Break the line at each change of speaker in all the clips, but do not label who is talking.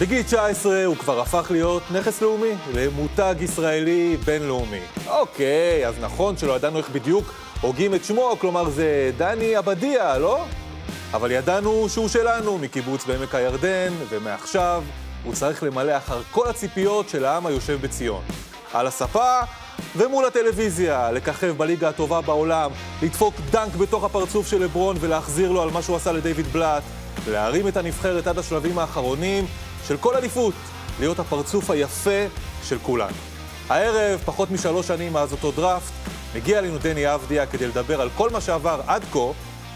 בגיל 19 הוא כבר הפך להיות נכס לאומי, למותג ישראלי בינלאומי. אוקיי, אז נכון שלא ידענו איך בדיוק הוגים את שמו, כלומר זה דני עבדיה, לא? אבל ידענו שהוא שלנו, מקיבוץ בעמק הירדן, ומעכשיו הוא צריך למלא אחר כל הציפיות של העם היושב בציון. על הספה ומול הטלוויזיה, לככב בליגה הטובה בעולם, לדפוק דנק בתוך הפרצוף של לברון ולהחזיר לו על מה שהוא עשה לדייוויד בלאט, להרים את הנבחרת עד השלבים האחרונים של כל אליפות, להיות הפרצוף היפה של כולנו. הערב, פחות משלוש שנים מאז אותו דראפט, מגיע אלינו דני עבדיה כדי לדבר על כל מה שעבר עד כה,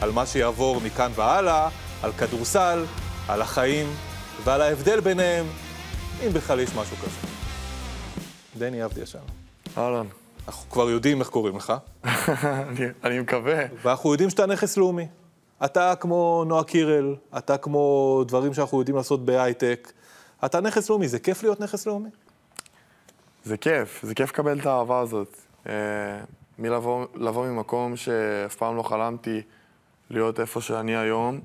על מה שיעבור מכאן והלאה, על כדורסל, על החיים ועל ההבדל ביניהם, אם בכלל יש משהו כזה. דני עבדיה שם.
אהלן.
אנחנו כבר יודעים איך קוראים לך,
אני- אני מקווה.
ואנחנו יודעים שאתה נכס לאומי. אתה כמו נועה קירל, אתה כמו דברים שאנחנו יודעים לעשות בהייטק. אתה נכס לאומי, זה כיף להיות נכס לאומי?
זה כיף, זה כיף לקבל את האהבה הזאת. אה, מלבוא לבוא ממקום שאף פעם לא חלמתי להיות איפה שאני היום,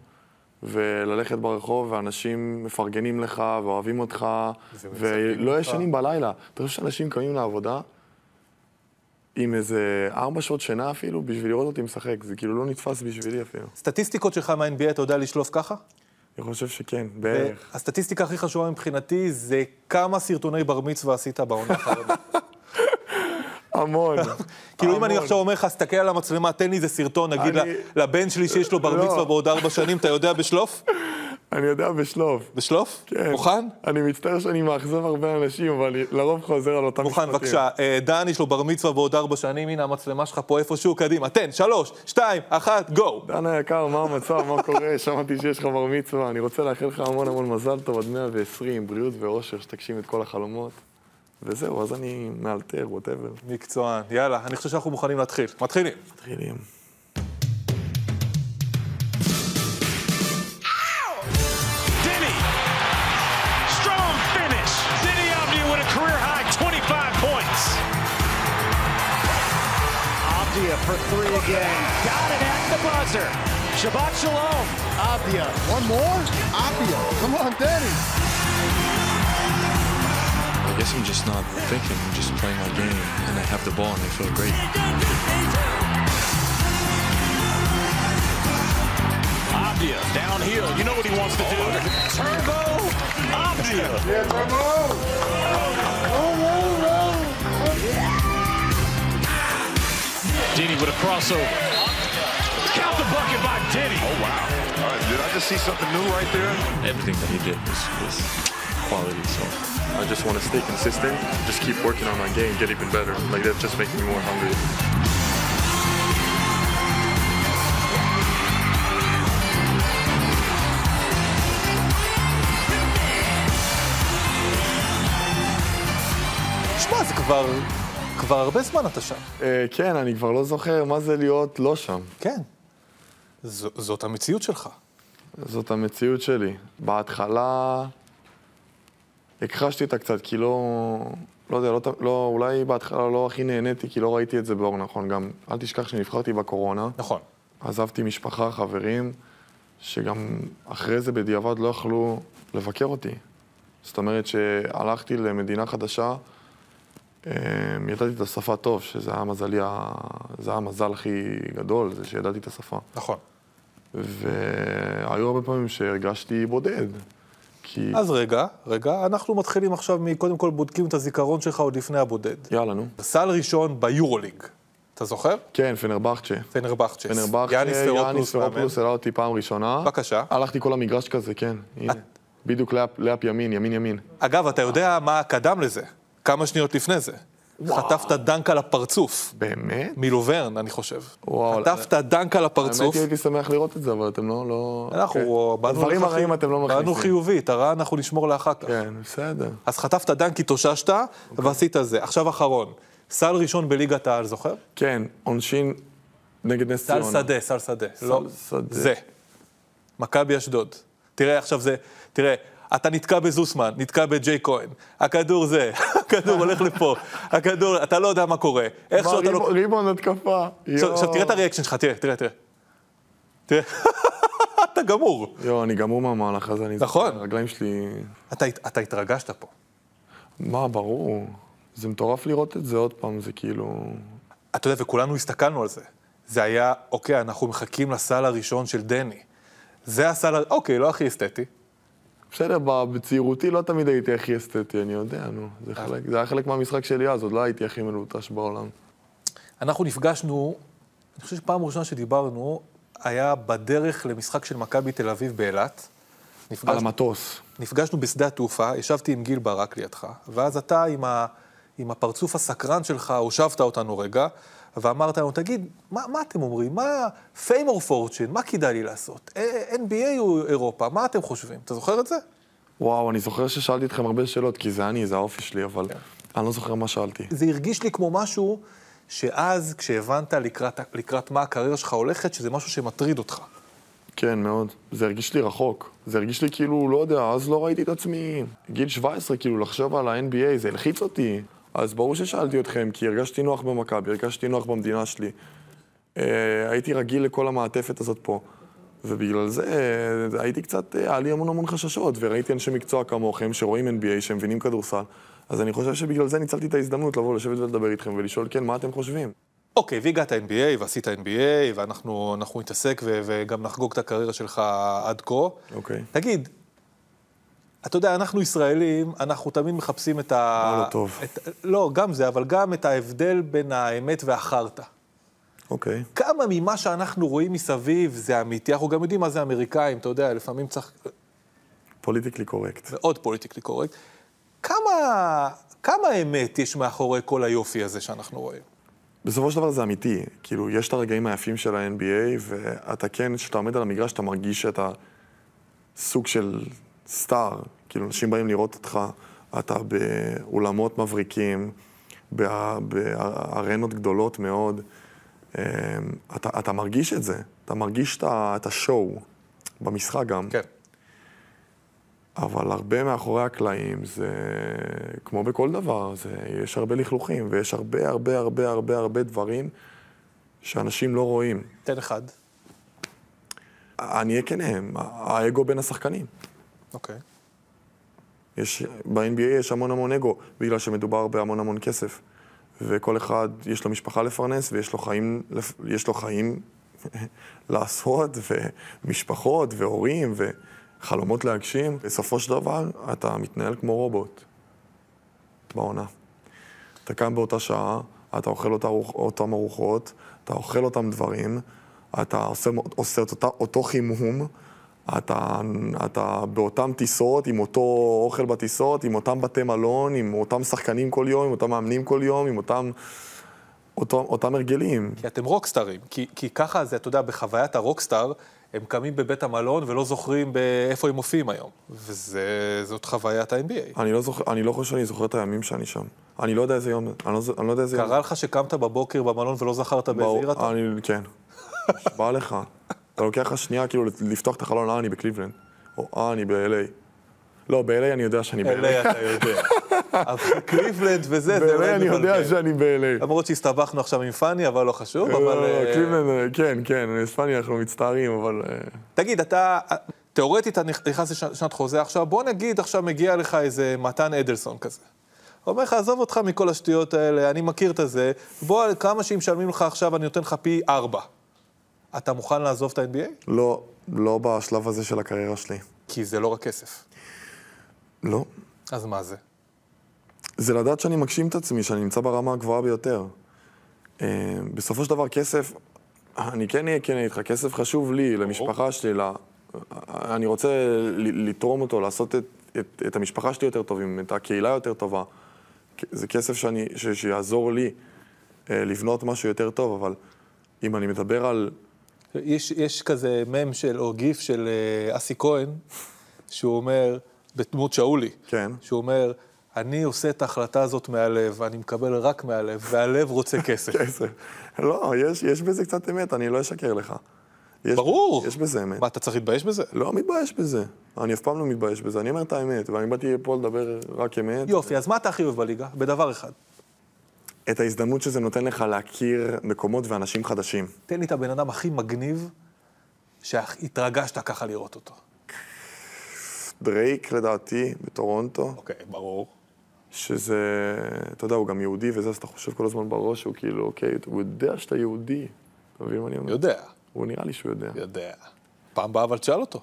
וללכת ברחוב, ואנשים מפרגנים לך, ואוהבים אותך,
ומצפים
ולא
לך.
ישנים בלילה. אתה חושב שאנשים קמים לעבודה עם איזה ארבע שעות שינה אפילו, בשביל לראות אותי משחק. זה כאילו לא נתפס בשבילי אפילו.
סטטיסטיקות שלך מה-NBA אתה יודע לשלוף ככה? אה,
אני חושב שכן, בערך.
הסטטיסטיקה הכי חשובה מבחינתי זה כמה סרטוני בר מצווה עשית בעונה האחרונה.
המון.
כאילו אם אני
המון.
עכשיו אומר לך, סתכל על המצלמה, תן לי איזה סרטון, נגיד
אני-
ל- לבן שלי שיש לו בר
לא.
מצווה בעוד ארבע שנים, אתה יודע בשלוף?
אני יודע בשלוף.
בשלוף?
כן.
מוכן?
אני מצטער שאני מאכזב הרבה אנשים, אבל אני לרוב חוזר על אותם משפטים.
מוכן, בבקשה. אה, דן, יש לו בר מצווה בעוד ארבע שנים, הנה המצלמה שלך פה איפשהו, קדימה. תן, שלוש, שתיים, אחת, גו.
דן היקר, מה המצב, מה קורה? שמעתי שיש לך בר מצווה, אני רוצה לאחל לך המון המון מזל טוב עד 120, בריאות ואושר, שתגשים את כל החלומות. וזהו, אז אני מאלתר, ווטאבר.
מקצוען. יאללה, אני חושב שאנחנו מוכנים להתחיל. מתחילים.
מתחילים.
Denny. Strong finish. Denny Avdia with a career high 25 points.
Abdia for three again. Got it at the buzzer. Shabbat Shalom. Abdia. One more? Abdia. Come on, Danny.
I guess I'm just not thinking, I'm just playing my game, and I have the ball and I feel great.
Avdia downhill. You know what he wants to do. Turbo Avdia. Denny with a crossover. Count the bucket by Denny.
All right, did I just see something new right there?
Everything that he did was, was quality, so
I just want to stay consistent, just keep working on my game, get even better. Like that just makes me more hungry.
שמע, זה כבר... כבר הרבה זמן אתה שם.
אה, כן, אני כבר לא זוכר מה זה להיות לא שם.
כן. ז- זאת המציאות שלך.
זאת המציאות שלי. בהתחלה הכחשתי אותה קצת, כי לא... לא יודע, לא, ת- לא, אולי בהתחלה לא הכי נהניתי, כי לא ראיתי את זה באור נכון. גם, אל תשכח שנבחרתי בקורונה.
נכון.
עזבתי משפחה, חברים, שגם אחרי זה בדיעבד לא יכלו לבקר אותי. זאת אומרת שהלכתי למדינה חדשה, אמ, ידעתי את השפה טוב, שזה היה מזלי, ה- זה היה המזל הכי גדול, זה שידעתי את השפה.
נכון.
והיו הרבה פעמים שהרגשתי בודד. כי...
אז רגע, רגע, אנחנו מתחילים עכשיו מקודם כל בודקים את הזיכרון שלך עוד לפני הבודד.
יאללה, נו.
סל ראשון ביורוליג. אתה זוכר?
כן, פנרבכצ'ה.
פנרבכצ'ס.
פנרבכצ'ה,
יאניס
יאניס
פרופלוס. מאמן.
פרופלוס העלה אותי פעם ראשונה.
בבקשה. אה.
הלכתי כל המגרש כזה, כן, הנה. בדיוק לאפ- לאפ ימין, ימין ימין.
אגב, אתה יודע מה קדם לזה? כמה שניות לפני זה. חטפת דנק על הפרצוף.
באמת?
מלוברן, אני חושב.
וואו,
חטפת דנק על
האמת
הפרצוף.
היא, הייתי שמח לראות את זה, אבל אתם לא... לא...
אנחנו אה,
אוקיי.
באנו
דברים
לך
הרעים
חיוב-
אתם לא מכניסים.
באנו חיובי, את הרע אנחנו נשמור לאחר כך.
כן, אוקיי. בסדר.
אז חטפת דנק, התאוששת, ועשית זה. עכשיו אחרון. סל ראשון בליגת העל, זוכר?
כן, עונשין נגד נס
סל
ציונה.
שדה, סל שדה. לא,
שדה.
זה. מכבי אשדוד. תראה, עכשיו זה, תראה, אתה נתקע בזוסמן, נתקע בג'יי כהן. הכדור זה, הכדור הולך לפה. הכדור, אתה לא יודע מה קורה. איך
מה,
שאתה לא...
ריב- ריבון התקפה.
עכשיו,
יואו.
עכשיו תראה את הריאקשן שלך, תראה, תראה, תראה. תראה. אתה גמור.
יואו, אני גמור מהמהלך הזה, אני...
נכון.
הרגליים שלי...
אתה הת- אתה התרגשת פה.
מה, ברור. זה מטורף לראות את זה עוד פעם, זה כאילו...
אתה יודע, וכולנו הסתכלנו על זה. זה היה, אוקיי, אנחנו מחכים לסל הראשון של דני. זה הסל, הר- אוקיי, לא הכי אסתטי.
בסדר, ב- בצעירותי לא תמיד הייתי הכי אסתטי, אני יודע, נו. זה, חלק, זה היה חלק מהמשחק שלי אז, עוד לא הייתי הכי מלוטש בעולם.
אנחנו נפגשנו, אני חושב שפעם ראשונה שדיברנו, היה בדרך למשחק של מכבי תל אביב באילת.
על
נפגשנו,
המטוס.
נפגשנו בשדה התעופה, ישבתי עם גיל ברק לידך, ואז אתה עם, ה, עם הפרצוף הסקרן שלך, הושבת אותנו רגע, ואמרת לנו, תגיד, מה, מה אתם אומרים? מה fame or fortune? מה כדאי לי לעשות? אה, NBA הוא אירופה, מה אתם חושבים? אתה זוכר את זה?
וואו, אני זוכר ששאלתי אתכם הרבה שאלות, כי זה אני, זה האופי שלי, אבל אני לא זוכר מה שאלתי.
זה הרגיש לי כמו משהו שאז, כשהבנת לקראת, לקראת מה הקריירה שלך הולכת, שזה משהו שמטריד אותך.
כן, מאוד. זה הרגיש לי רחוק. זה הרגיש לי כאילו, לא יודע, אז לא ראיתי את עצמי. גיל 17, כאילו, לחשוב על ה-NBA, זה הלחיץ אותי. אז ברור ששאלתי אתכם, כי הרגשתי נוח במכבי, הרגשתי נוח במדינה שלי. אה, הייתי רגיל לכל המעטפת הזאת פה. ובגלל זה אה, הייתי קצת, אה, היה לי המון המון חששות, וראיתי אנשי מקצוע כמוכם שרואים NBA, שמבינים כדורסל. אז אני חושב שבגלל זה ניצלתי את ההזדמנות לבוא לשבת ולדבר איתכם ולשאול, כן, מה אתם חושבים?
אוקיי, והגעת NBA, ועשית NBA, ואנחנו אנחנו נתעסק ו- וגם נחגוג את הקריירה שלך עד כה.
אוקיי.
תגיד, אתה יודע, אנחנו ישראלים, אנחנו תמיד מחפשים את ה...
לא טוב.
את... לא, גם זה, אבל גם את ההבדל בין האמת והחרטא.
אוקיי.
כמה ממה שאנחנו רואים מסביב זה אמיתי? אנחנו גם יודעים מה זה אמריקאים, אתה יודע, לפעמים צריך...
פוליטיקלי קורקט.
מאוד פוליטיקלי קורקט. כמה... כמה אמת יש מאחורי כל היופי הזה שאנחנו רואים?
Mm. בסופו של דבר זה אמיתי. כאילו, יש את הרגעים היפים של ה-NBA, ואתה כן, כשאתה עומד על המגרש, אתה מרגיש שאתה סוג של סטאר. כאילו, אנשים באים לראות אותך, אתה באולמות מבריקים, בא- בארנות גדולות מאוד. אמ, אתה, אתה מרגיש את זה, אתה מרגיש את ה- את השואו, במשחק גם.
כן.
אבל הרבה מאחורי הקלעים זה, כמו בכל דבר, זה, יש הרבה לכלוכים, ויש הרבה הרבה הרבה הרבה הרבה דברים שאנשים לא רואים.
תן אחד.
אני אהיה כן, האגו בין השחקנים.
אוקיי.
יש, ב-NBA יש המון המון אגו, בגלל שמדובר בהמון המון כסף. וכל אחד, יש לו משפחה לפרנס, ויש לו חיים, לפ- יש לו חיים לעשות, ומשפחות, והורים, וחלומות להגשים. בסופו של דבר, אתה מתנהל כמו רובוט בעונה. אתה קם באותה שעה, אתה אוכל אותה, ארוח- אותם ארוחות, אתה אוכל אותם דברים, אתה עושה, עושה את אותה, אותו חימום, אתה, אתה באותן טיסות, עם אותו אוכל בטיסות, עם אותם בתי מלון, עם אותם שחקנים כל יום, עם אותם מאמנים כל יום, עם אותם, אותו, אותם הרגלים.
כי אתם רוקסטרים, כי, כי ככה זה, אתה יודע, בחוויית הרוקסטאר, הם קמים בבית המלון ולא זוכרים באיפה הם מופיעים היום. וזאת חוויית ה-NBA.
אני לא, זוכר, אני לא חושב שאני זוכר את הימים שאני שם. אני לא יודע איזה יום, אני לא, ז- אני לא יודע איזה יום.
קרה לך שקמת בבוקר במלון ולא זכרת באיזה
ברור,
עיר אתה?
אני, כן. נשבע לך. אתה לוקח לך שנייה כאילו לפתוח את החלון, אה, אני בקליבלנד. או אה, אני ב-LA. לא, ב-LA אני יודע שאני ב-LA.
אלה אתה יודע. אבל קליבלנד וזה, זה נכון,
ב-LA
אולי
אני יודע
מבלבל.
שאני ב-LA.
למרות שהסתבכנו עכשיו עם פאני, אבל לא חשוב,
לא,
אבל... אה,
קליבלנד, אה, כן, כן, אספניה, אנחנו מצטערים, אבל... אה,
תגיד, אתה... תיאורטית, אתה נכנס לשנת חוזה עכשיו, בוא נגיד עכשיו מגיע לך איזה מתן אדלסון כזה. הוא אומר לך, עזוב אותך מכל השטויות האלה, אני מכיר את הזה, בוא, כמה שמשלמים לך עכשיו, אני נותן לך פי ארבע. אתה מוכן לעזוב את ה-NBA?
לא, לא בשלב הזה של הקריירה שלי.
כי זה לא רק כסף.
לא.
אז מה זה?
זה לדעת שאני מגשים את עצמי, שאני נמצא ברמה הגבוהה ביותר. אה, בסופו של דבר, כסף, אני כן אהיה כן איתך, כסף חשוב לי, למשפחה שלי, ל... אני רוצה ל- לתרום אותו, לעשות את, את, את המשפחה שלי יותר טובים, את הקהילה יותר טובה. כ- זה כסף שאני, ש, שיעזור לי אה, לבנות משהו יותר טוב, אבל אם אני מדבר על...
יש, יש כזה מם של, או גיף של אה, אסי כהן, שהוא אומר, בדמות שאולי,
כן.
שהוא אומר, אני עושה את ההחלטה הזאת מהלב, אני מקבל רק מהלב, והלב רוצה כסף.
כסף. לא, יש, יש בזה קצת אמת, אני לא אשקר לך. יש,
ברור.
יש בזה אמת.
מה, אתה צריך להתבייש בזה?
לא מתבייש בזה. אני אף פעם לא מתבייש בזה, אני אומר את האמת, ואני באתי פה לדבר רק אמת.
יופי, אז מה אתה הכי אוהב בליגה? בדבר אחד.
את ההזדמנות שזה נותן לך להכיר מקומות ואנשים חדשים.
תן לי את הבן אדם הכי מגניב שהתרגשת ככה לראות אותו?
דרייק, לדעתי, בטורונטו,
אוקיי, ברור.
שזה, אתה יודע, הוא גם יהודי וזה, אז אתה חושב כל הזמן בראש, הוא כאילו, אוקיי, הוא יודע שאתה יהודי. אתה מבין מה אני אומר?
יודע, כן.
הוא נראה לי שהוא יודע.
יודע. פעם באה אבל תשאל אותו.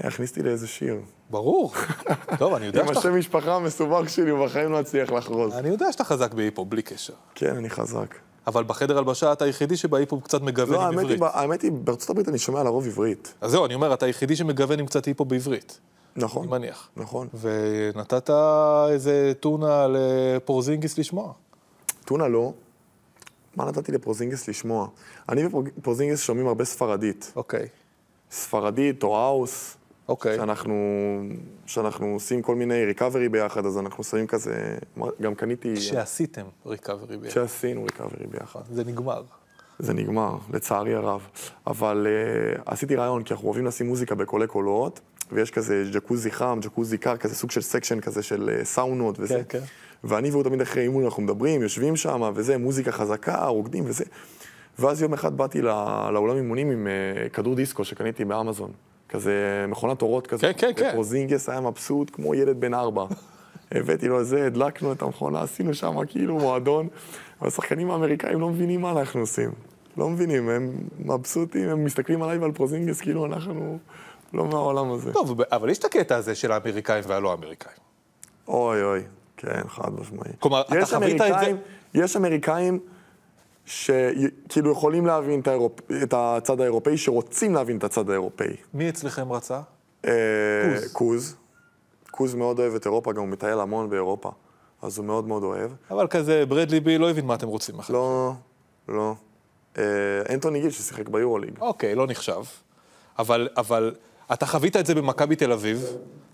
הכניס אותי לאיזה שיר.
ברור. טוב, אני יודע
עם
שאתה...
השם משפחה המסובך שלי, הוא בחיים לא הצליח לחרוז.
אני יודע שאתה חזק בהיפו, בלי קשר.
כן, אני חזק.
אבל בחדר הלבשה אתה היחידי שבהיפו קצת
לא,
מגוון עם
האמת היא,
עברית.
האמת היא, בארצות הברית אני שומע לרוב עברית.
אז זהו, אני אומר, אתה היחידי שמגוון עם קצת היפו בעברית,
נכון.
אני מניח.
נכון.
ונתת איזה טונה לפורזינגיס לשמוע.
טונה לא. מה נתתי לפרוזינגס לשמוע? אני ופרוזינגס שומעים הרבה ספרדית.
אוקיי.
ספרדית או האוס,
אוקיי.
שאנחנו, שאנחנו עושים כל מיני ריקאברי ביחד, אז אנחנו שמים כזה... גם קניתי...
כשעשיתם ריקאברי ביחד.
כשעשינו ריקאברי ביחד.
זה נגמר.
זה נגמר, לצערי הרב. אבל uh, עשיתי רעיון, כי אנחנו אוהבים לשים מוזיקה בקולי קולות, ויש כזה ג'קוזי חם, ג'קוזי קר, כזה סוג של סקשן כזה של uh, סאונות וזה.
כן, כן.
ואני והוא תמיד אחרי אימון אנחנו מדברים, יושבים שם, וזה, מוזיקה חזקה, רוקדים וזה. ואז יום אחד באתי לא, לאולם אימונים עם uh, כדור דיסקו שקניתי באמזון. כזה מכונת אורות כזה.
כן, כן, כן.
ופרוזינגס היה מבסוט כמו ילד בן ארבע. הבאתי לו את זה, הדלקנו את המכונה, עשינו שם כאילו מועדון. והשחקנים האמריקאים לא מבינים מה אנחנו עושים. לא מבינים, הם מבסוטים, הם מסתכלים עליי ועל פרוזינגס כאילו אנחנו לא מהעולם הזה.
טוב, אבל יש את הקטע הזה של האמריקאים והלא אמריקאים.
אוי אוי, כן, חד משמעי.
כלומר, אתה
יש
חווית את זה-
אמריקאים- יש אמריקאים שכאילו יכולים להבין את, האירופ... את הצד האירופאי, שרוצים להבין את הצד האירופאי.
מי אצלכם רצה?
אה, קוז. קוז מאוד אוהב את אירופה, גם הוא מטייל המון באירופה. אז הוא מאוד מאוד אוהב.
אבל כזה, ברדלי בי לא הבין מה אתם רוצים אחר.
לא, לא. אה, אנטוני גיל ששיחק ביורוליג.
אוקיי, לא נחשב. אבל, אבל אתה חווית את זה במכבי תל אביב,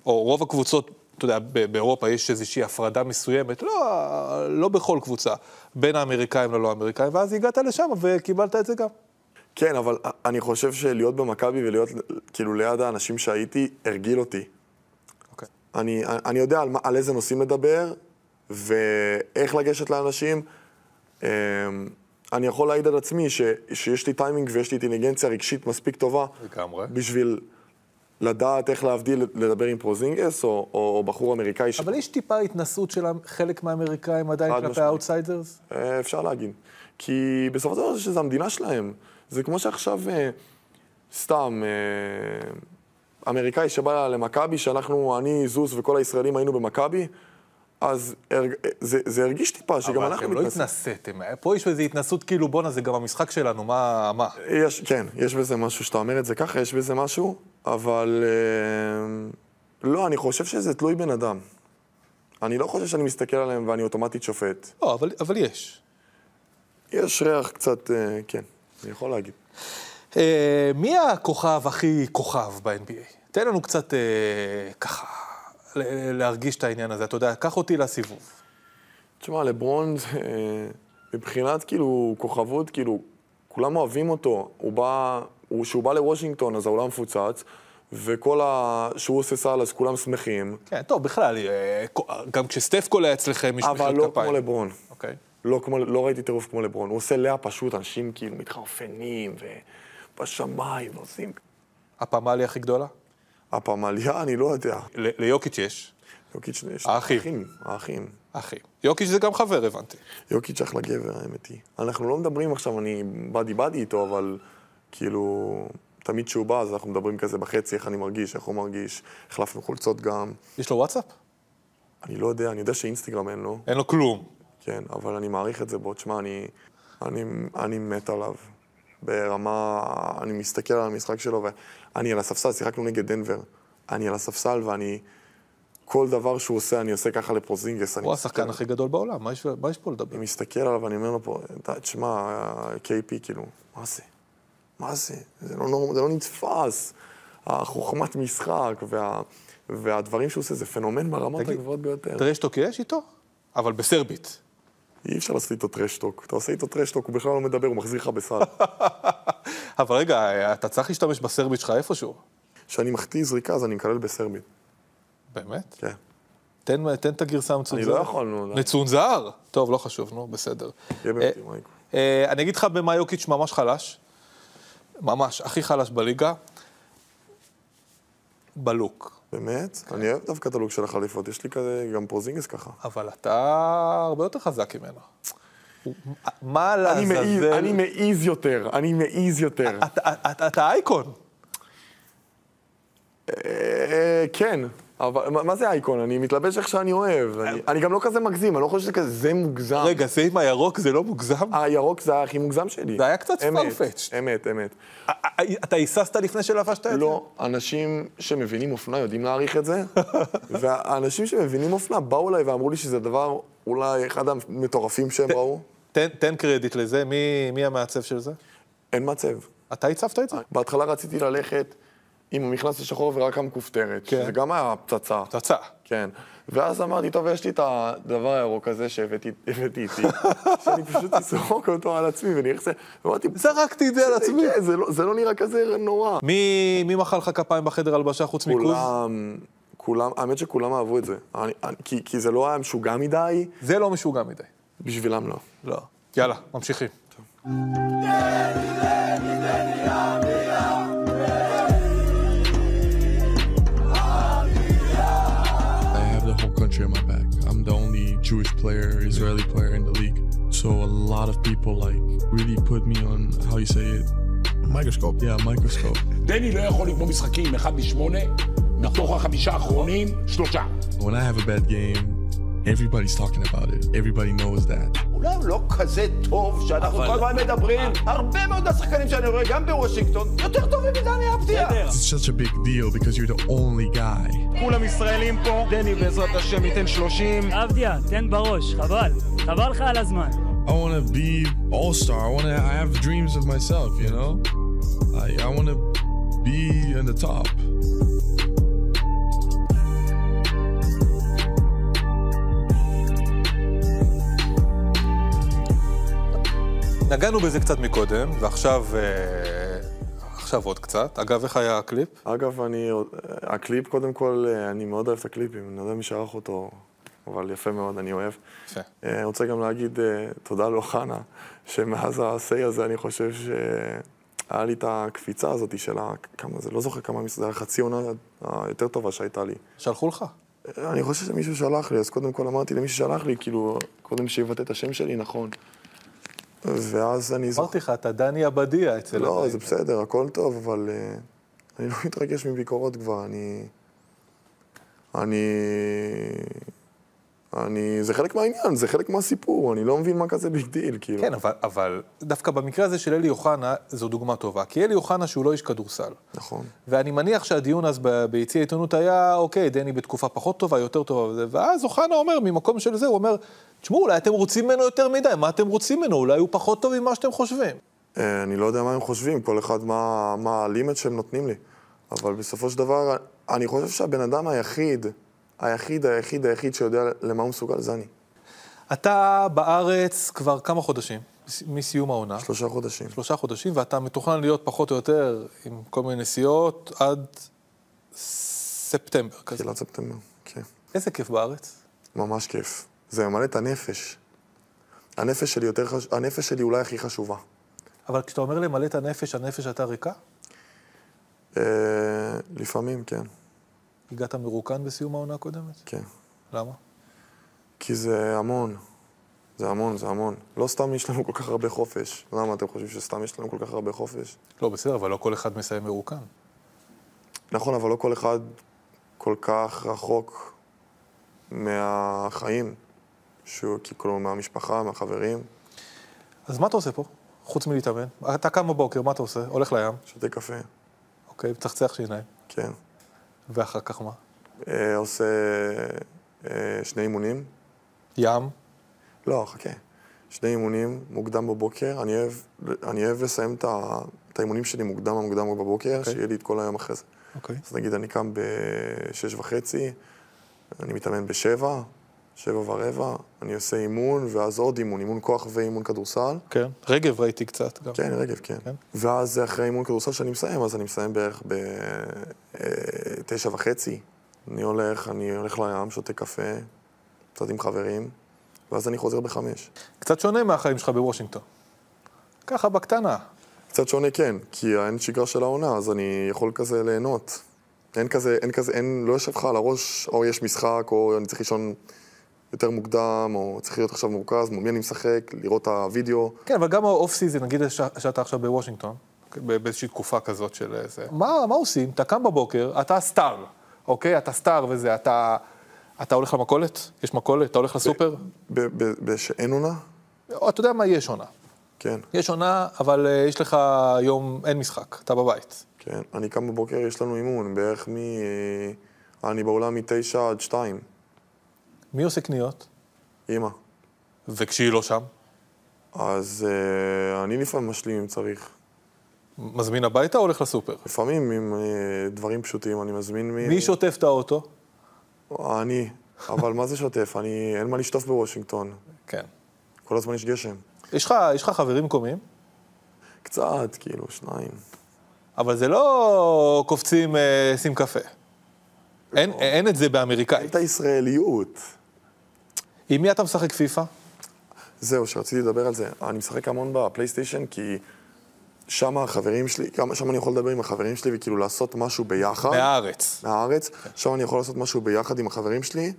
או רוב הקבוצות, אתה יודע, ב- באירופה יש איזושהי הפרדה מסוימת, לא, לא בכל קבוצה, בין האמריקאים ללא האמריקאים, ואז הגעת לשם וקיבלת את זה גם.
כן, אבל אני חושב שלהיות במכבי ולהיות כאילו ליד האנשים שהייתי, הרגיל אותי.
אוקיי.
אני, אני יודע על, מה, על איזה נושאים לדבר ואיך לגשת לאנשים. אמ, אני יכול להעיד על עצמי ש, שיש לי טיימינג ויש לי אינטליגנציה רגשית מספיק טובה.
לגמרי.
בשביל לדעת איך להבדיל, לדבר עם פרוזינגס או, או, או בחור אמריקאי ש...
אבל יש טיפה התנסות של חלק מהאמריקאים עדיין
חד
כלפי
משמעית.
האוטסיידרס?
אה, אפשר להגיד. כי בסופו של דבר שזה המדינה שלהם. זה כמו שעכשיו, אה, סתם, אה, אמריקאי שבא למכבי, שאנחנו, אני, זוס וכל הישראלים היינו במכבי, אז הרג... אה, זה, זה הרגיש טיפה שגם
אבל
אנחנו
אתם לא התנסיתם, פה יש איזו התנסות כאילו, בואנה, זה גם המשחק שלנו, מה... מה?
יש, כן, יש בזה משהו, שאתה אומר את זה ככה, יש בזה משהו, אבל אה, לא, אני חושב שזה תלוי בן אדם. אני לא חושב שאני מסתכל עליהם ואני אוטומטית שופט.
לא, אבל, אבל יש.
יש ריח קצת, אה, כן, אני יכול להגיד.
אה, מי הכוכב הכי כוכב ב-NBA? תן לנו קצת אה, ככה ל- להרגיש את העניין הזה. אתה יודע, קח אותי לסיבוב.
תשמע, לברון, זה, אה, מבחינת כאילו כוכבות, כאילו, כולם אוהבים אותו. הוא בא, הוא, כשהוא בא לוושינגטון אז העולם מפוצץ, וכל ה... שהוא עושה סל אז כולם שמחים,
כן, טוב, בכלל, אה, כ- גם כשסטף קול היה אצלכם, מישהו
אבל לא כמו לברון.
אוקיי.
לא, כמו, לא ראיתי טירוף כמו לברון. הוא עושה לאה פשוט, אנשים כאילו מתחרפנים, ובשמיים ועושים...
הפמליה הכי גדולה?
הפמליה, אני לא יודע.
ל- ליוקיץ' יש.
יוקיץ', יש
האחים.
האחים. האחים.
אחי. יוקיץ' זה גם חבר, הבנתי.
יוקיץ' אחלה גבר, האמת היא. אנחנו לא מדברים עכשיו, אני באדי באדי איתו, אבל כאילו, תמיד כשהוא בא, אז אנחנו מדברים כזה בחצי, איך אני מרגיש, איך הוא מרגיש, החלפנו חולצות גם.
יש לו וואטסאפ?
אני לא יודע, אני יודע שאינסטגרם אין לו,
אין לו כלום.
כן, אבל אני מעריך את זה בו. תשמע, אני, אני, אני מת עליו. ברמה, אני מסתכל על המשחק שלו, ואני על הספסל, שיחקנו נגד דנבר. אני על הספסל ואני... כל דבר שהוא עושה, אני עושה ככה לפרוזינגס. אני
הוא
מסתכל
השחקן הכי גדול בעולם, מה יש- מה יש פה לדבר?
אני מסתכל עליו, אני אומר לו פה, "די, תשמע, KP, כאילו, מה זה? מה זה? זה לא, נור- זה לא נתפס. החוכמת משחק וה, והדברים שהוא עושה, זה פנומן ברמות
תגיד,
הגבוהות ביותר.
טרשטוק יש איתו? אבל בסרבית.
אי אפשר לעשות איתו טרשטוק. אתה עושה איתו טרשטוק, הוא בכלל לא מדבר, הוא מחזיר לך בסל.
אבל רגע, אתה צריך להשתמש בסרבית שלך איפשהו.
כשאני מחטיא זריקה, אז אני מקלל בסרבית.
באמת?
כן.
תן, תן את הגרסה המצונזרת.
לא יכול, נו, די.
מצונזר? טוב, לא חשוב, נו, בסדר.
יהיה
אה,
באמת, מייקו.
אה, אני אגיד לך במה יוקיץ' ממש חלש. ממש הכי חלש בליגה, בלוק.
באמת? אני אוהב דווקא את הלוק של החליפות, יש לי כזה, גם פרוזינגס ככה.
אבל אתה הרבה יותר חזק ממנו. הוא- מה
אני מעיז-
לעזאזל?
אני מעיז יותר, אני מעיז יותר.
אתה- אתה- אתה- אתה אייקון.
אה, כן, אבל מה- מה זה אייקון? אני מתלבש איך שאני אוהב. אני- אני גם לא כזה מגזים, אני לא חושב שזה כזה, זה מוגזם.
רגע, זה עם הירוק, זה לא מוגזם?
הירוק זה הכי מוגזם שלי.
זה היה קצת
אמת,
farfetched.
אמת, אמת.
אה, אה, אתה היססת לפני שלבשת את זה?
לא, אנשים שמבינים אופנה יודעים להעריך את זה, והאנשים שמבינים אופנה באו אליי ואמרו לי שזה דבר אולי אחד המטורפים שהם ראו.
תן- תן קרדיט לזה, מי- מי המעצב של זה?
אין מצב.
אתה הצבת את זה?
בהתחלה רציתי ללכת עם המכנס השחור ורק המכופתרת,
כן.
שזה גם היה פצצה.
פצצה.
כן. ואז אמרתי, טוב, יש לי את הדבר הירוק הזה שהבאתי הבאתי איתי, שאני פשוט אזרוק אותו על עצמי ונראה איך זה... ואמרתי,
זרקתי את זה על עצמי.
כן, זה לא- זה לא נראה כזה נורא.
מי מי מחא לך כפיים בחדר הלבשה חוץ מקוז?
כולם, כולם, האמת שכולם אהבו את זה. אני, אני, כי, כי זה לא היה משוגע מדי,
זה לא משוגע מדי.
בשבילם לא.
לא. יאללה, ממשיכים.
I have the whole country on my back. I'm the only Jewish player, Israeli player in the league. So a lot of people like really put me on how you say it.
מיקרוסקופ.
Yeah, microscope.
דני לא יכול לגמור משחקים, אחד משמונה, מתוך החמישה האחרונים, שלושה.
When I have a bad game, everybody's talking about it. Everybody knows that.
אולי הוא לא כזה טוב שאנחנו כל הזמן מדברים. הרבה מאוד השחקנים שאני רואה, גם בוושינגטון, יותר טובים מדני אבדיה.
It's such a big deal because you're the only guy.
כולם ישראלים פה. דני בעזרת השם ייתן 30.
אבדיה, תן בראש, חבל. חבל לך על הזמן.
I want to be all star. I want to. I have dreams of myself. You know, I I want to be in the top.
נגענו בזה קצת מקודם, ועכשיו אה, עכשיו עוד קצת. אגב, איך היה הקליפ?
אגב, אני, הקליפ, קודם כל, אה, אני מאוד אוהב את הקליפים, אני לא יודע מי שערך אותו, אבל יפה מאוד, אני אוהב.
יפה.
אה, אני רוצה גם להגיד אה, תודה לאוחנה, שמאז ה-say הזה אני חושב שהיה לי את הקפיצה הזאת של ה... כמה זה, לא זוכר כמה, מס- זה היה חצי עונה היותר טובה שהייתה לי. אה,
שלחו לך.
אני חושב שמישהו שלח לי, אז קודם כל אמרתי למי ששלח לי, כאילו, קודם שיבטא את השם שלי נכון. ואז אני זוכר...
אמרתי לך, אתה דני עבדיה אצל...
לא,
הבית.
זה בסדר, הכל טוב, אבל אה, אני לא מתרגש מביקורות כבר, אני... אני... אני... זה חלק מהעניין, זה חלק מהסיפור, אני לא מבין מה כזה ביג דיל, כאילו.
כן, אבל, אבל דווקא במקרה הזה של אלי אוחנה, זו דוגמה טובה. כי אלי אוחנה, שהוא לא איש כדורסל.
נכון.
ואני מניח שהדיון אז ב- ביציע העיתונות היה, אוקיי, דני בתקופה פחות טובה, יותר טובה וזה, ואז אוחנה אומר, ממקום של זה, הוא אומר, תשמעו, אולי אתם רוצים ממנו יותר מדי, מה אתם רוצים ממנו? אולי הוא פחות טוב ממה שאתם חושבים.
אה, אני לא יודע מה הם חושבים, כל אחד מה, מה הלימט שהם נותנים לי. אבל בסופו של דבר, אני חושב שהבן אדם היחיד, היחיד, היחיד, היחיד שיודע למה הוא מסוגל זה אני.
אתה בארץ כבר כמה חודשים, מס- מסיום העונה,
שלושה חודשים.
שלושה חודשים, ואתה מתוכנן להיות פחות או יותר עם כל מיני נסיעות עד ספטמבר כזה.
תחילת ספטמבר, כן.
איזה כיף בארץ.
ממש כיף. זה ממלא את הנפש. הנפש שלי, יותר חש... הנפש שלי אולי הכי חשובה.
אבל כשאתה אומר למלא את הנפש, הנפש הייתה ריקה?
אה, לפעמים, כן,
הגעת מרוקן בסיום העונה הקודמת?
כן.
למה?
כי זה המון. זה המון, זה המון. לא סתם יש לנו כל כך הרבה חופש. למה אתם חושבים שסתם יש לנו כל כך הרבה חופש?
לא, בסדר, אבל לא כל אחד מסיים מרוקן.
נכון, אבל לא כל אחד כל כך רחוק מהחיים, שהוא, כי- כלומר, מהמשפחה, מהחברים,
אז מה אתה עושה פה? חוץ מלהתאמן. אתה קם בבוקר, מה אתה עושה? הולך לים,
שותה קפה,
אוקיי, מצחצח שיניים,
כן.
ואחר כך מה?
אה, עושה אה, שני אימונים,
ים,
לא, חכה. שני אימונים מוקדם בבוקר, אני אוהב, אני אוהב לסיים את, ה, את האימונים שלי מוקדם המוקדם בבוקר, okay. שיהיה לי את כל היום אחרי זה.
אוקיי.
אז נגיד אני קם בשש וחצי, אני מתאמן בשבע, שבע ורבע, אני עושה אימון, ואז עוד אימון, אימון כוח ואימון כדורסל.
כן. רגב ראיתי קצת גם.
כן, רגב, כן.
כן.
כן. ואז אחרי אימון כדורסל שאני מסיים, אז אני מסיים בערך בתשע וחצי. אני הולך, אני הולך לים, שותה קפה, קצת עם חברים, ואז אני חוזר בחמש.
קצת שונה מהחיים שלך בוושינגטון. ככה בקטנה.
קצת שונה כן, כי אין שגרה של העונה, אז אני יכול כזה ליהנות. אין כזה, אין כזה, אין, לא יושב לך על הראש, או יש משחק, או אני צריך לישון יותר מוקדם, או צריך להיות עכשיו מורכז, מול מי אני משחק, לראות את הוידאו.
כן, אבל גם האוף סיזן, נגיד ש- שאתה עכשיו בוושינגטון, ב- באיזושהי תקופה כזאת של אה, זה, מה, מה עושים? אתה קם בבוקר, אתה סטאר, אוקיי? אתה סטאר וזה, אתה... אתה הולך למכולת? יש מכולת? אתה הולך לסופר?
ב- ב- בשאין עונה?
או, אתה יודע מה, יש עונה.
כן,
יש עונה, אבל אה, יש לך יום, אין משחק, אתה בבית.
כן. אני קם בבוקר, יש לנו אימון, בערך מ... אה, אני באולם מתשע עד שתיים.
מי עושה קניות?
אימא.
וכשהיא לא שם?
אז אה, אני לפעמים משלים אם צריך.
מזמין הביתה או הולך לסופר?
לפעמים עם אה, דברים פשוטים, אני מזמין מ...
מי שוטף את האוטו?
אני. אבל מה זה שוטף? אני... אין מה לשטוף בוושינגטון.
כן.
כל הזמן יש גשם.
יש לך, יש לך חברים קומיים,
קצת, כאילו, שניים.
אבל זה לא קופצים אה, שים קפה. אין, אין את זה
אין
באמריקאית.
את הישראליות.
עם מי אתה משחק פיפא?
זהו, שרציתי לדבר על זה. אני משחק המון בפלייסטיישן, כי שם החברים שלי, גם שם אני יכול לדבר עם החברים שלי וכאילו לעשות משהו ביחד.
מהארץ.
מהארץ.
כן.
שם אני יכול לעשות משהו ביחד עם החברים שלי,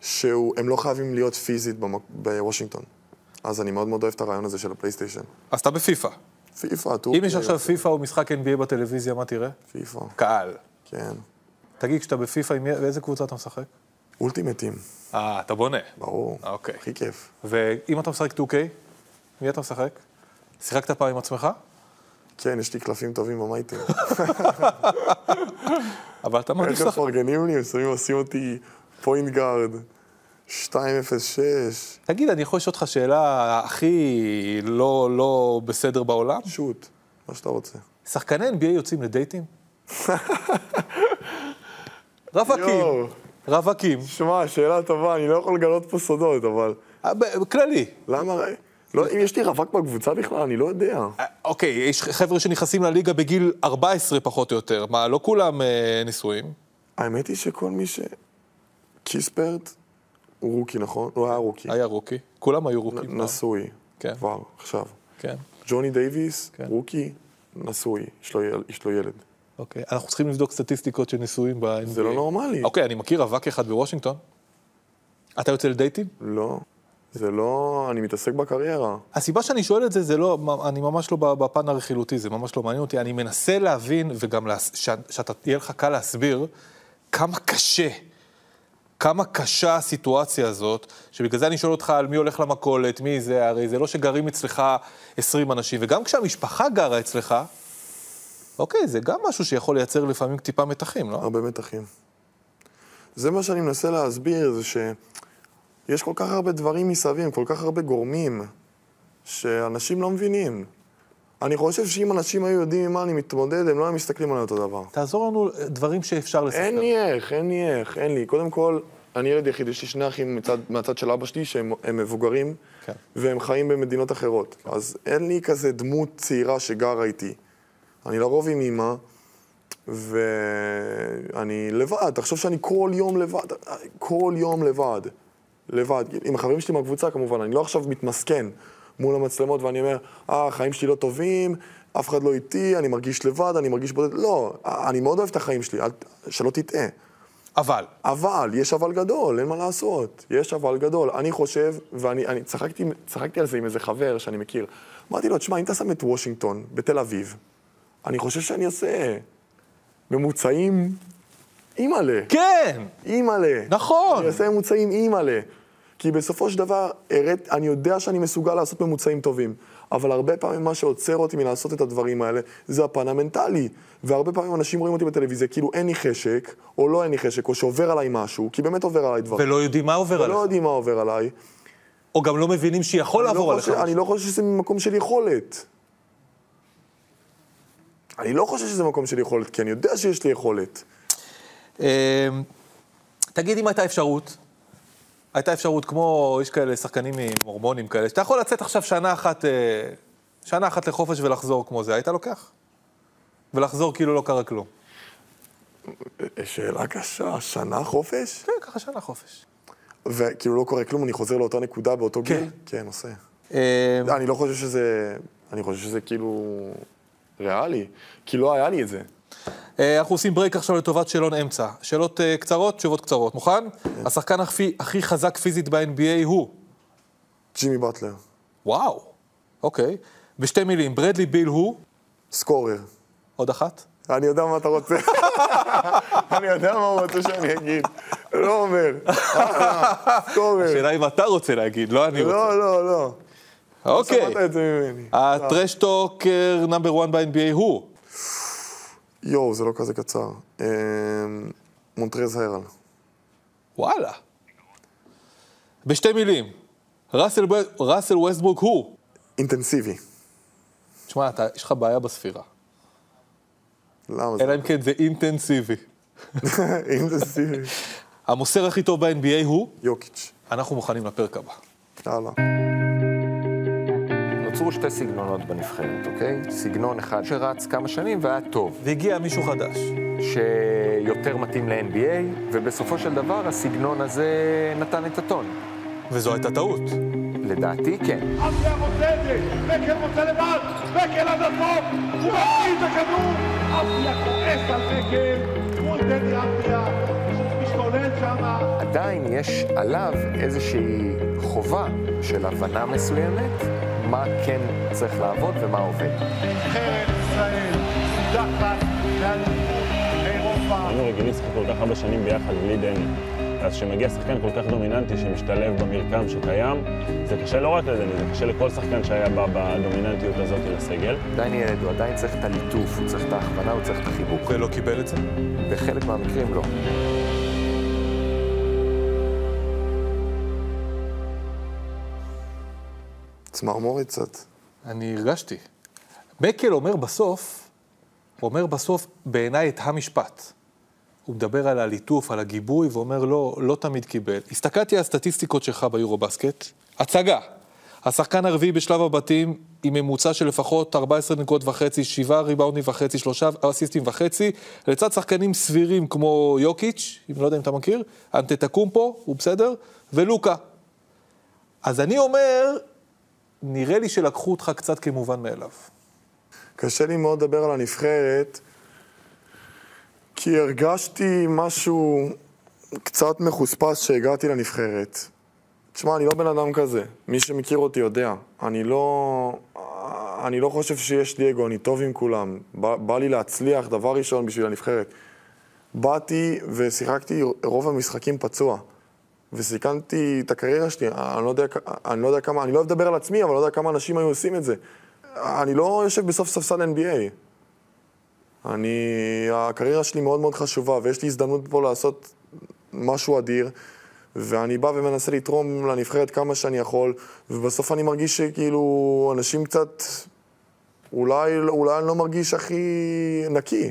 שהם לא חייבים להיות פיזית במק... בוושינגטון. אז אני מאוד מאוד אוהב את הרעיון הזה של הפלייסטיישן.
אז אתה בפיפא.
פיפא, טורקיה.
אם יש עכשיו פיפא או משחק NBA בטלוויזיה, מה תראה?
פיפא,
קהל.
כן.
תגיד, כשאתה בפיפא, עם מי- באיזה קבוצה אתה משחק?
אולטימטים,
אה, אתה בונה.
ברור.
אוקיי.
הכי כיף.
ואם אתה משחק 2K, מי אתה משחק? שיחקת פעם עם עצמך?
כן, יש לי קלפים טובים במייטים.
אבל אתה מעדיף
איך
לשחק.
הם מפרגנים לי, הם שמים, עושים אותי פוינט גארד, 206,
תגיד, אני יכול לשאול אותך שאלה הכי לא, לא בסדר בעולם?
שוט, מה שאתה רוצה.
שחקני NBA יוצאים לדייטים? רווקים,
יואו,
רווקים,
שמע, שאלה טובה, אני לא יכול לגלות פה סודות, אבל
אה, ב- כללי.
למה...
אוקיי.
לא, אם יש לי רווק בקבוצה בכלל, אני לא יודע.
אה, אוקיי, יש חבר'ה שנכנסים לליגה בגיל 14 פחות או יותר, מה, לא כולם אה, נשואים?
האמת היא שכל מי ש... קיספרט הוא רוקי, נכון? הוא היה רוקי.
היה רוקי, כולם היו
נ-
רוקים. כבר,
נשוי,
כן.
כבר, עכשיו.
כן,
ג'וני דייוויס,
כן.
רוקי, נשוי, יש לו יל- יש לו ילד.
אוקיי. אנחנו צריכים לבדוק סטטיסטיקות של נשואים ב-NBA.
זה לא נורמלי.
אוקיי, אני מכיר רווק אחד בוושינגטון. אתה יוצא לדייטים?
לא, זה לא... אני מתעסק בקריירה.
הסיבה שאני שואל את זה, זה לא, אני ממש לא בפן הרכילותי, זה ממש לא מעניין אותי. אני מנסה להבין, וגם להס- ש- שאתה, יהיה לך קל להסביר, כמה קשה, כמה קשה הסיטואציה הזאת, שבגלל זה אני שואל אותך על מי הולך למכולת, מי זה, הרי זה לא שגרים אצלך 20 אנשים, וגם כשהמשפחה גרה אצלך, אוקיי, זה גם משהו שיכול לייצר לפעמים טיפה מתחים, לא?
הרבה מתחים. זה מה שאני מנסה להסביר, זה שיש כל כך הרבה דברים מסביב, כל כך הרבה גורמים, שאנשים לא מבינים. אני חושב שאם אנשים היו יודעים עם מה אני מתמודד, הם לא היו מסתכלים עליי אותו דבר.
תעזור לנו אה, דברים שאפשר לספר.
אין לי איך, אין לי איך, אין לי. קודם כל, אני ילד יחיד, יש לי שני אחים מצד, מהצד של אבא שלי שהם הם מבוגרים,
כן.
והם חיים במדינות אחרות. אז אין לי כזה דמות צעירה שגרה איתי. אני לרוב עם אימא, ואני לבד. תחשוב שאני כל יום לבד, כל יום לבד. לבד. עם החברים שלי מהקבוצה כמובן, אני לא עכשיו מתמסכן מול המצלמות ואני אומר, אה, החיים שלי לא טובים, אף אחד לא איתי, אני מרגיש לבד, אני מרגיש בודד. לא, אני מאוד אוהב את החיים שלי, אל, שלא תטעה.
אבל,
אבל, יש אבל גדול, אין מה לעשות. יש אבל גדול. אני חושב, ואני אני צחקתי, צחקתי על זה עם איזה חבר שאני מכיר. אמרתי לו, תשמע, אם אתה שם את וושינגטון בתל אביב, אני חושב שאני אעשה ממוצעים אימא'לה,
כן,
אימא'לה.
נכון.
אני אעשה ממוצעים אימא'לה. כי בסופו של דבר, הראת, אני יודע שאני מסוגל לעשות ממוצעים טובים, אבל הרבה פעמים מה שעוצר אותי מלעשות את הדברים האלה, זה הפן המנטלי. והרבה פעמים אנשים רואים אותי בטלוויזיה, כאילו אין לי חשק, או לא אין לי חשק, או שעובר עליי משהו, כי באמת עובר עליי דברים.
ולא יודעים מה עובר
ולא
עליך,
לא יודעים מה עובר עליי.
או גם לא מבינים שיכול
אני לא
לעבור עליך.
חושב- אני לא חושב שזה ממקום של יכולת. אני לא חושב שזה מקום של יכולת, כי אני יודע שיש לי יכולת.
אמ, תגיד אם הייתה אפשרות, הייתה אפשרות כמו, יש כאלה שחקנים עם הורמונים כאלה, שאתה יכול לצאת עכשיו שנה אחת, אה, שנה אחת לחופש ולחזור כמו זה, היית לוקח? ולחזור כאילו לא קרה כלום.
שאלה קשה, שנה חופש?
כן, ככה שנה חופש.
וכאילו לא קורה כלום, אני חוזר לאותה נקודה באותו
כן.
גיל? כן, עושה.
אמ,
אני לא חושב שזה... אני חושב שזה כאילו... ריאלי, כי לא היה לי את זה.
אה, אנחנו עושים ברייק עכשיו לטובת שאלון אמצע. שאלות אה, קצרות, תשובות קצרות. מוכן?
כן.
השחקן הכי, הכי חזק פיזית ב-NBA הוא?
ג'ימי באטלר,
וואו. אוקיי. בשתי מילים, ברדלי ביל הוא?
סקורר.
עוד אחת?
אני יודע מה אתה רוצה. אני יודע מה הוא רוצה שאני אגיד. לא אומר. סקורר.
השאלה אם אתה רוצה להגיד, לא אני רוצה.
אוקיי. לא, לא, לא.
אוקיי.
שמעת את זה ממני.
הטרשטוקר נאמבר 1 ב-NBA הוא?
יואו, זה לא כזה קצר. אמ, מונטרז הרל.
וואלה. בשתי מילים, ראסל, ב- ראסל ווסטבורג הוא?
אינטנסיבי.
תשמע, אתה, יש לך בעיה בספירה.
למה זה?
אלא אם כן זה אינטנסיבי.
אינטנסיבי.
המוסר הכי טוב ב-NBA הוא?
יוקיץ'.
אנחנו מוכנים לפרק הבא.
יאללה.
נוצרו שתי סגנונות בנבחרת, אוקיי? סגנון אחד שרץ כמה שנים והיה טוב,
והגיע מישהו חדש.
שיותר מתאים ל-NBA, ובסופו של דבר הסגנון הזה נתן את הטון.
וזו הייתה טעות.
לדעתי כן.
אבנר רוצה את זה, בקר רוצה לבד, בקר עד הסוף, הוא מקריא את הכדור, אבנר כועס על בקר, מול דדי אבנר, משתולל שמה.
עדיין יש עליו איזושהי חובה של הבנה מסוימת, מה כן צריך לעבוד ומה עובד.
נבחרת ישראל, מודחת לאליפות אירופה.
היינו רגילים לשחק כל כך הרבה שנים ביחד בלי דני. אז כשמגיע שחקן כל כך דומיננטי שמשתלב במרקם שקיים, זה קשה לא רק לדני, זה קשה לכל שחקן שהיה בא בדומיננטיות הזאת לסגל.
עדיין ילד, הוא עדיין צריך את הליטוף, הוא צריך את ההכוונה, הוא צריך את החיבוק.
ולא קיבל את זה?
בחלק מהמקרים לא.
צמרמורת קצת.
אני הרגשתי. מקל אומר בסוף, אומר בסוף בעיניי את המשפט. הוא מדבר על הליטוף, על הגיבוי, ואומר לא, לא תמיד קיבל. הסתכלתי על הסטטיסטיקות שלך ביורובסקט. הצגה. השחקן הרביעי בשלב הבתים עם ממוצע של לפחות 14 נקודות וחצי, 7 ריבאונדים וחצי, 3 אסיסטים וחצי, לצד שחקנים סבירים כמו יוקיץ', אם לא יודע אם אתה מכיר, אנטטקומפו, הוא בסדר, ולוקה. אז אני אומר, נראה לי שלקחו אותך קצת כמובן מאליו.
קשה לי מאוד לדבר על הנבחרת, כי הרגשתי משהו קצת מחוספס שהגעתי לנבחרת. תשמע, אני לא בן אדם כזה. מי שמכיר אותי יודע. אני לא... אני לא חושב שיש לי אגו, אני טוב עם כולם. בא, בא לי להצליח, דבר ראשון, בשביל הנבחרת. באתי ושיחקתי רוב המשחקים פצוע. וסיכנתי את הקריירה שלי. אני לא יודע, אני לא יודע כמה, אני לא אוהב לדבר על עצמי, אבל לא יודע כמה אנשים היו עושים את זה. אני לא יושב בסוף ספסל NBA. אני... הקריירה שלי מאוד מאוד חשובה, ויש לי הזדמנות פה לעשות משהו אדיר, ואני בא ומנסה לתרום לנבחרת כמה שאני יכול, ובסוף אני מרגיש שכאילו אנשים קצת... אולי, אולי אני לא מרגיש הכי נקי.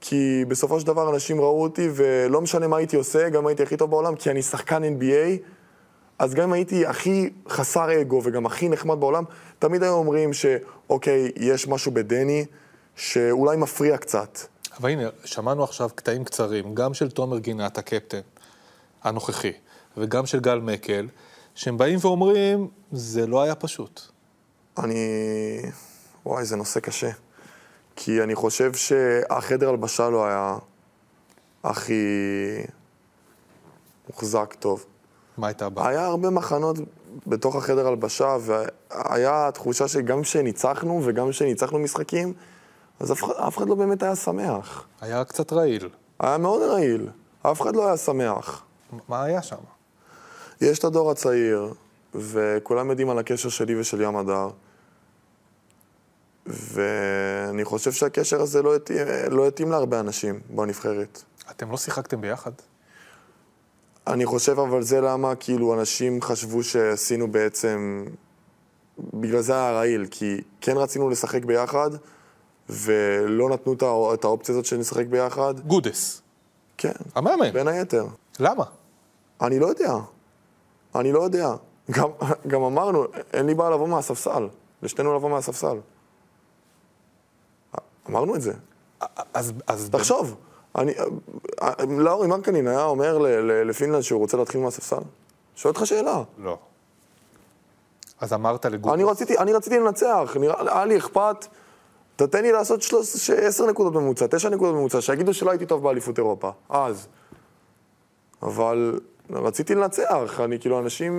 כי בסופו של דבר אנשים ראו אותי, ולא משנה מה הייתי עושה, גם הייתי הכי טוב בעולם, כי אני שחקן NBA, אז גם אם הייתי הכי חסר אגו וגם הכי נחמד בעולם, תמיד היו אומרים שאוקיי, יש משהו בדני שאולי מפריע קצת.
אבל הנה, שמענו עכשיו קטעים קצרים, גם של תומר גינת, הקפטן הנוכחי, וגם של גל מקל, שהם באים ואומרים, זה לא היה פשוט.
אני... וואי, זה נושא קשה. כי אני חושב שהחדר הלבשה לא היה הכי מוחזק טוב.
מה הייתה הבעיה?
היה הרבה מחנות בתוך החדר הלבשה, והיה תחושה שגם כשניצחנו וגם כשניצחנו משחקים, אז אף, אחד- אף אחד לא באמת היה שמח.
היה קצת רעיל.
היה מאוד רעיל, אף אחד לא היה שמח.
מה היה שם?
יש את הדור הצעיר, וכולם יודעים על הקשר שלי ושל ים הדר, ואני חושב שהקשר הזה לא התאים, לא התאים להרבה אנשים בנבחרת.
אתם לא שיחקתם ביחד?
אני חושב אבל זה למה כאילו אנשים חשבו שעשינו בעצם... בגלל זה היה רעיל, כי כן רצינו לשחק ביחד, ולא נתנו את האו- את האופציה הזאת של לשחק ביחד.
גודס.
כן,
המאמן.
בין היתר.
למה?
אני לא יודע. אני לא יודע. גם, גם אמרנו, אין לי בעיה לבוא מהספסל. לשנינו לבוא מהספסל. אמרנו את זה.
אז... אז
תחשוב, אני... אה, לאורי מרקנין היה אומר ל- ל- לפינלנד שהוא רוצה להתחיל מהספסל? שואל אותך שאלה.
לא. אז אמרת לגודס.
אני רציתי, אני רציתי לנצח, נראה, היה לי אכפת, אתה תן לי לעשות שלוש- ש- עשר נקודות ממוצע, תשע נקודות ממוצע, שיגידו שלא הייתי טוב באליפות אירופה, אז. אבל רציתי לנצח, אני כאילו, אנשים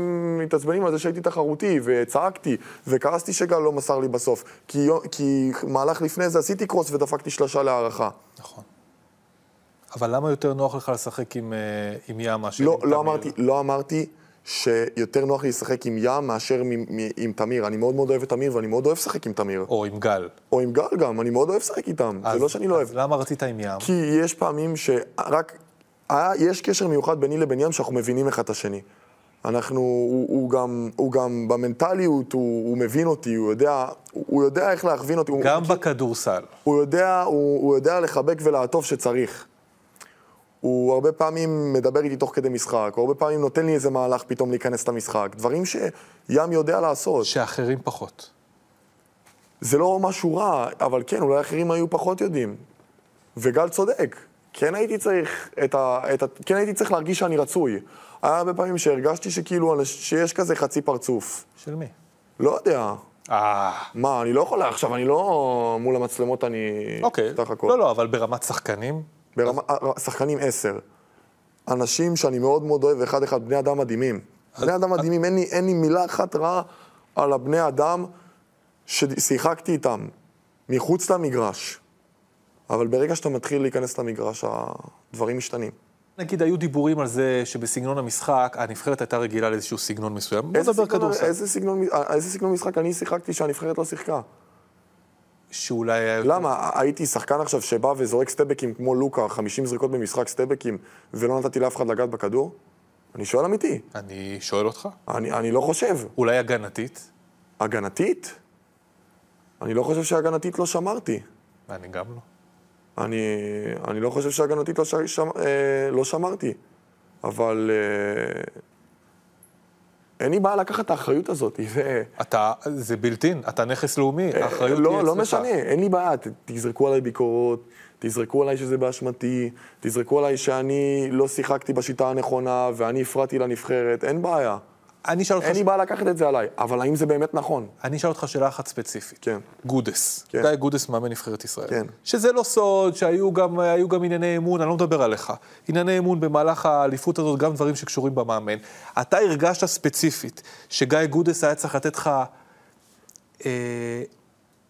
מתעצבנים על זה שהייתי תחרותי, וצעקתי, וכעסתי שגל לא מסר לי בסוף, כי, יו- כי מהלך לפני זה עשיתי קרוס ודפקתי שלושה להערכה.
"נכון." אבל למה יותר נוח לך לשחק עם, אה, עם ימה? שהיא
לא,
עם
לא
תמיר?
אמרתי, לא אמרתי שיותר נוח לי לשחק עם ים מאשר מ, מ, עם תמיר. אני מאוד מאוד אוהב את תמיר, ואני מאוד אוהב לשחק עם תמיר.
או עם גל.
או עם גל גם, אני מאוד אוהב לשחק איתם. זה לא שאני לא אוהב.
אז למה רצית עם ים?
כי יש פעמים שרק... היה, יש קשר מיוחד ביני לבין ים שאנחנו מבינים אחד את השני. אנחנו, הוא, הוא, גם, הוא גם במנטליות, הוא, הוא מבין אותי, הוא יודע, הוא, הוא יודע איך להכווין אותי. הוא-
גם בכדורסל.
הוא יודע, הוא, הוא יודע לחבק ולעטוף שצריך. הוא הרבה פעמים מדבר איתי תוך כדי משחק, הוא הרבה פעמים נותן לי איזה מהלך פתאום להיכנס למשחק. דברים שים יודע לעשות.
שאחרים פחות.
זה לא משהו רע, אבל כן, אולי אחרים היו פחות יודעים. וגל צודק, כן הייתי צריך, את ה, את ה, כן הייתי צריך להרגיש שאני רצוי. היה הרבה פעמים שהרגשתי שכאילו, אנש- שיש כזה חצי פרצוף.
של מי?
לא יודע.
אה.
מה, אני לא יכול, עכשיו, אני לא מול המצלמות, אני...
אוקיי.
סך הכל.
לא, לא, אבל ברמת שחקנים?
ברמה, אה, שחקנים עשר. אנשים שאני מאוד מאוד אוהב, אחד אחד, בני אדם מדהימים. בני אדם מדהימים, אין לי, אין לי מילה אחת רעה על הבני אדם ששיחקתי איתם, מחוץ למגרש. אבל ברגע שאתה מתחיל להיכנס למגרש, הדברים משתנים.
נגיד, היו דיבורים על זה שבסגנון המשחק, הנבחרת הייתה רגילה לאיזשהו סגנון מסוים. בוא
איזה
נדבר
סגנון-
כדורסל.
איזה סגנון, אה, איזה סגנון משחק אני שיחקתי שהנבחרת לא שיחקה?
שאולי היה...
למה? אה, הייתי שחקן עכשיו שבא וזורק סטבקים כמו לוקה, 50 זריקות במשחק סטבקים, ולא נתתי לאף אחד לגעת בכדור? אני שואל אמיתי.
אני שואל אותך.
אני, אני לא חושב.
אולי הגנתית?
הגנתית? אני לא חושב שהגנתית לא שמרתי.
אני גם לא.
אני, אני לא חושב שהגנתית לא, ש, שמ, אה, לא שמרתי. אבל אה, אין לי בעיה לקחת את האחריות הזאת. זה,
אתה, זה בלתי, אתה נכס לאומי,
אה,
האחריות
לא,
היא
לא
אצלך.
משנה, אין לי בעיה. ת, תזרקו עליי ביקורות, תזרקו עליי שזה באשמתי, תזרקו עליי שאני לא שיחקתי בשיטה הנכונה ואני הפרעתי לנבחרת, אין בעיה.
אני אשאל אותך...
אין לי בעיה לקחת את זה עליי, אבל האם זה באמת נכון?
אני אשאל אותך שאלה אחת ספציפית.
כן.
גודס.
כן.
גיא גודס מאמן נבחרת ישראל.
כן.
שזה לא סוד, שהיו גם, היו גם ענייני אמון, אני לא מדבר עליך. ענייני אמון במהלך האליפות הזאת, גם דברים שקשורים במאמן. אתה הרגשת ספציפית שגיא גודס היה צריך לתת לך אה,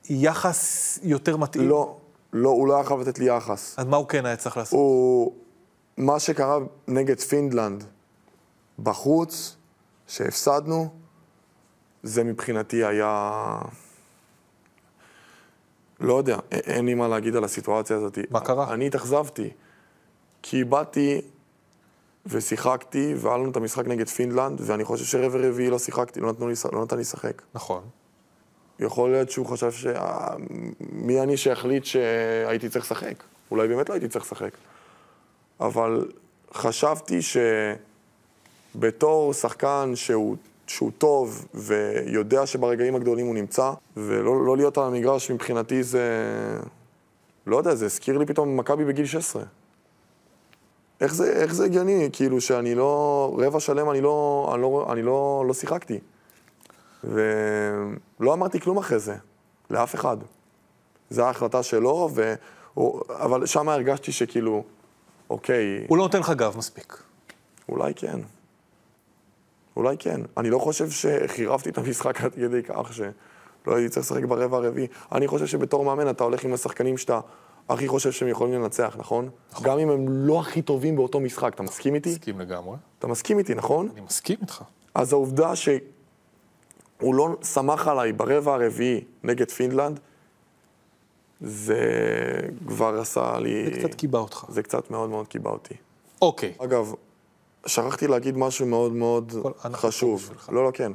יחס יותר מתאים?
לא, לא, הוא לא היה חייב לתת לי יחס.
אז מה הוא כן היה צריך לעשות?
הוא... מה שקרה נגד פינדלנד בחוץ, שהפסדנו, זה מבחינתי היה... לא יודע, א- אין לי מה להגיד על הסיטואציה הזאת.
מה קרה?
אני התאכזבתי. כי באתי ושיחקתי, והיה לנו את המשחק נגד פינדלנד, ואני חושב שרבע רביעי לא שיחקתי, לא, נתנו לי, לש- לא נתן לי לשחק.
נכון.
יכול להיות שהוא חשב ש... אה, מי אני שיחליט שהייתי צריך לשחק? אולי באמת לא הייתי צריך לשחק. אבל חשבתי שבתור שחקן שהוא, שהוא טוב ויודע שברגעים הגדולים הוא נמצא, ולא לא להיות על המגרש מבחינתי זה... לא יודע, זה הזכיר לי פתאום מכבי בגיל 16. איך זה, איך זה הגיוני, כאילו, שאני לא... רבע שלם אני לא, אני לא, אני לא, לא שיחקתי. ולא אמרתי כלום אחרי זה, לאף אחד. זו ההחלטה שלו, ו... הוא- אבל שם הרגשתי שכאילו, אוקיי,
הוא לא נותן לך גב מספיק.
אולי כן. אולי כן. אני לא חושב שחירבתי את המשחק עד כדי כך שלא הייתי צריך לשחק ברבע הרביעי. אני חושב שבתור מאמן אתה הולך עם השחקנים שאתה הכי חושב שהם יכולים לנצח, נכון? גם אם הם לא הכי טובים באותו משחק. אתה מסכים איתי?
מסכים לגמרי.
אתה מסכים איתי, נכון?
אני מסכים איתך.
אז העובדה שהוא לא סמך עליי ברבע הרביעי נגד פינלנד, זה כבר עשה לי...
זה קצת קיבע אותך.
זה קצת מאוד מאוד קיבע אותי.
אוקיי.
אגב, שכחתי להגיד משהו מאוד מאוד
הכל, אנחנו פה
חשוב.
בשבילך.
לא, לא, כן.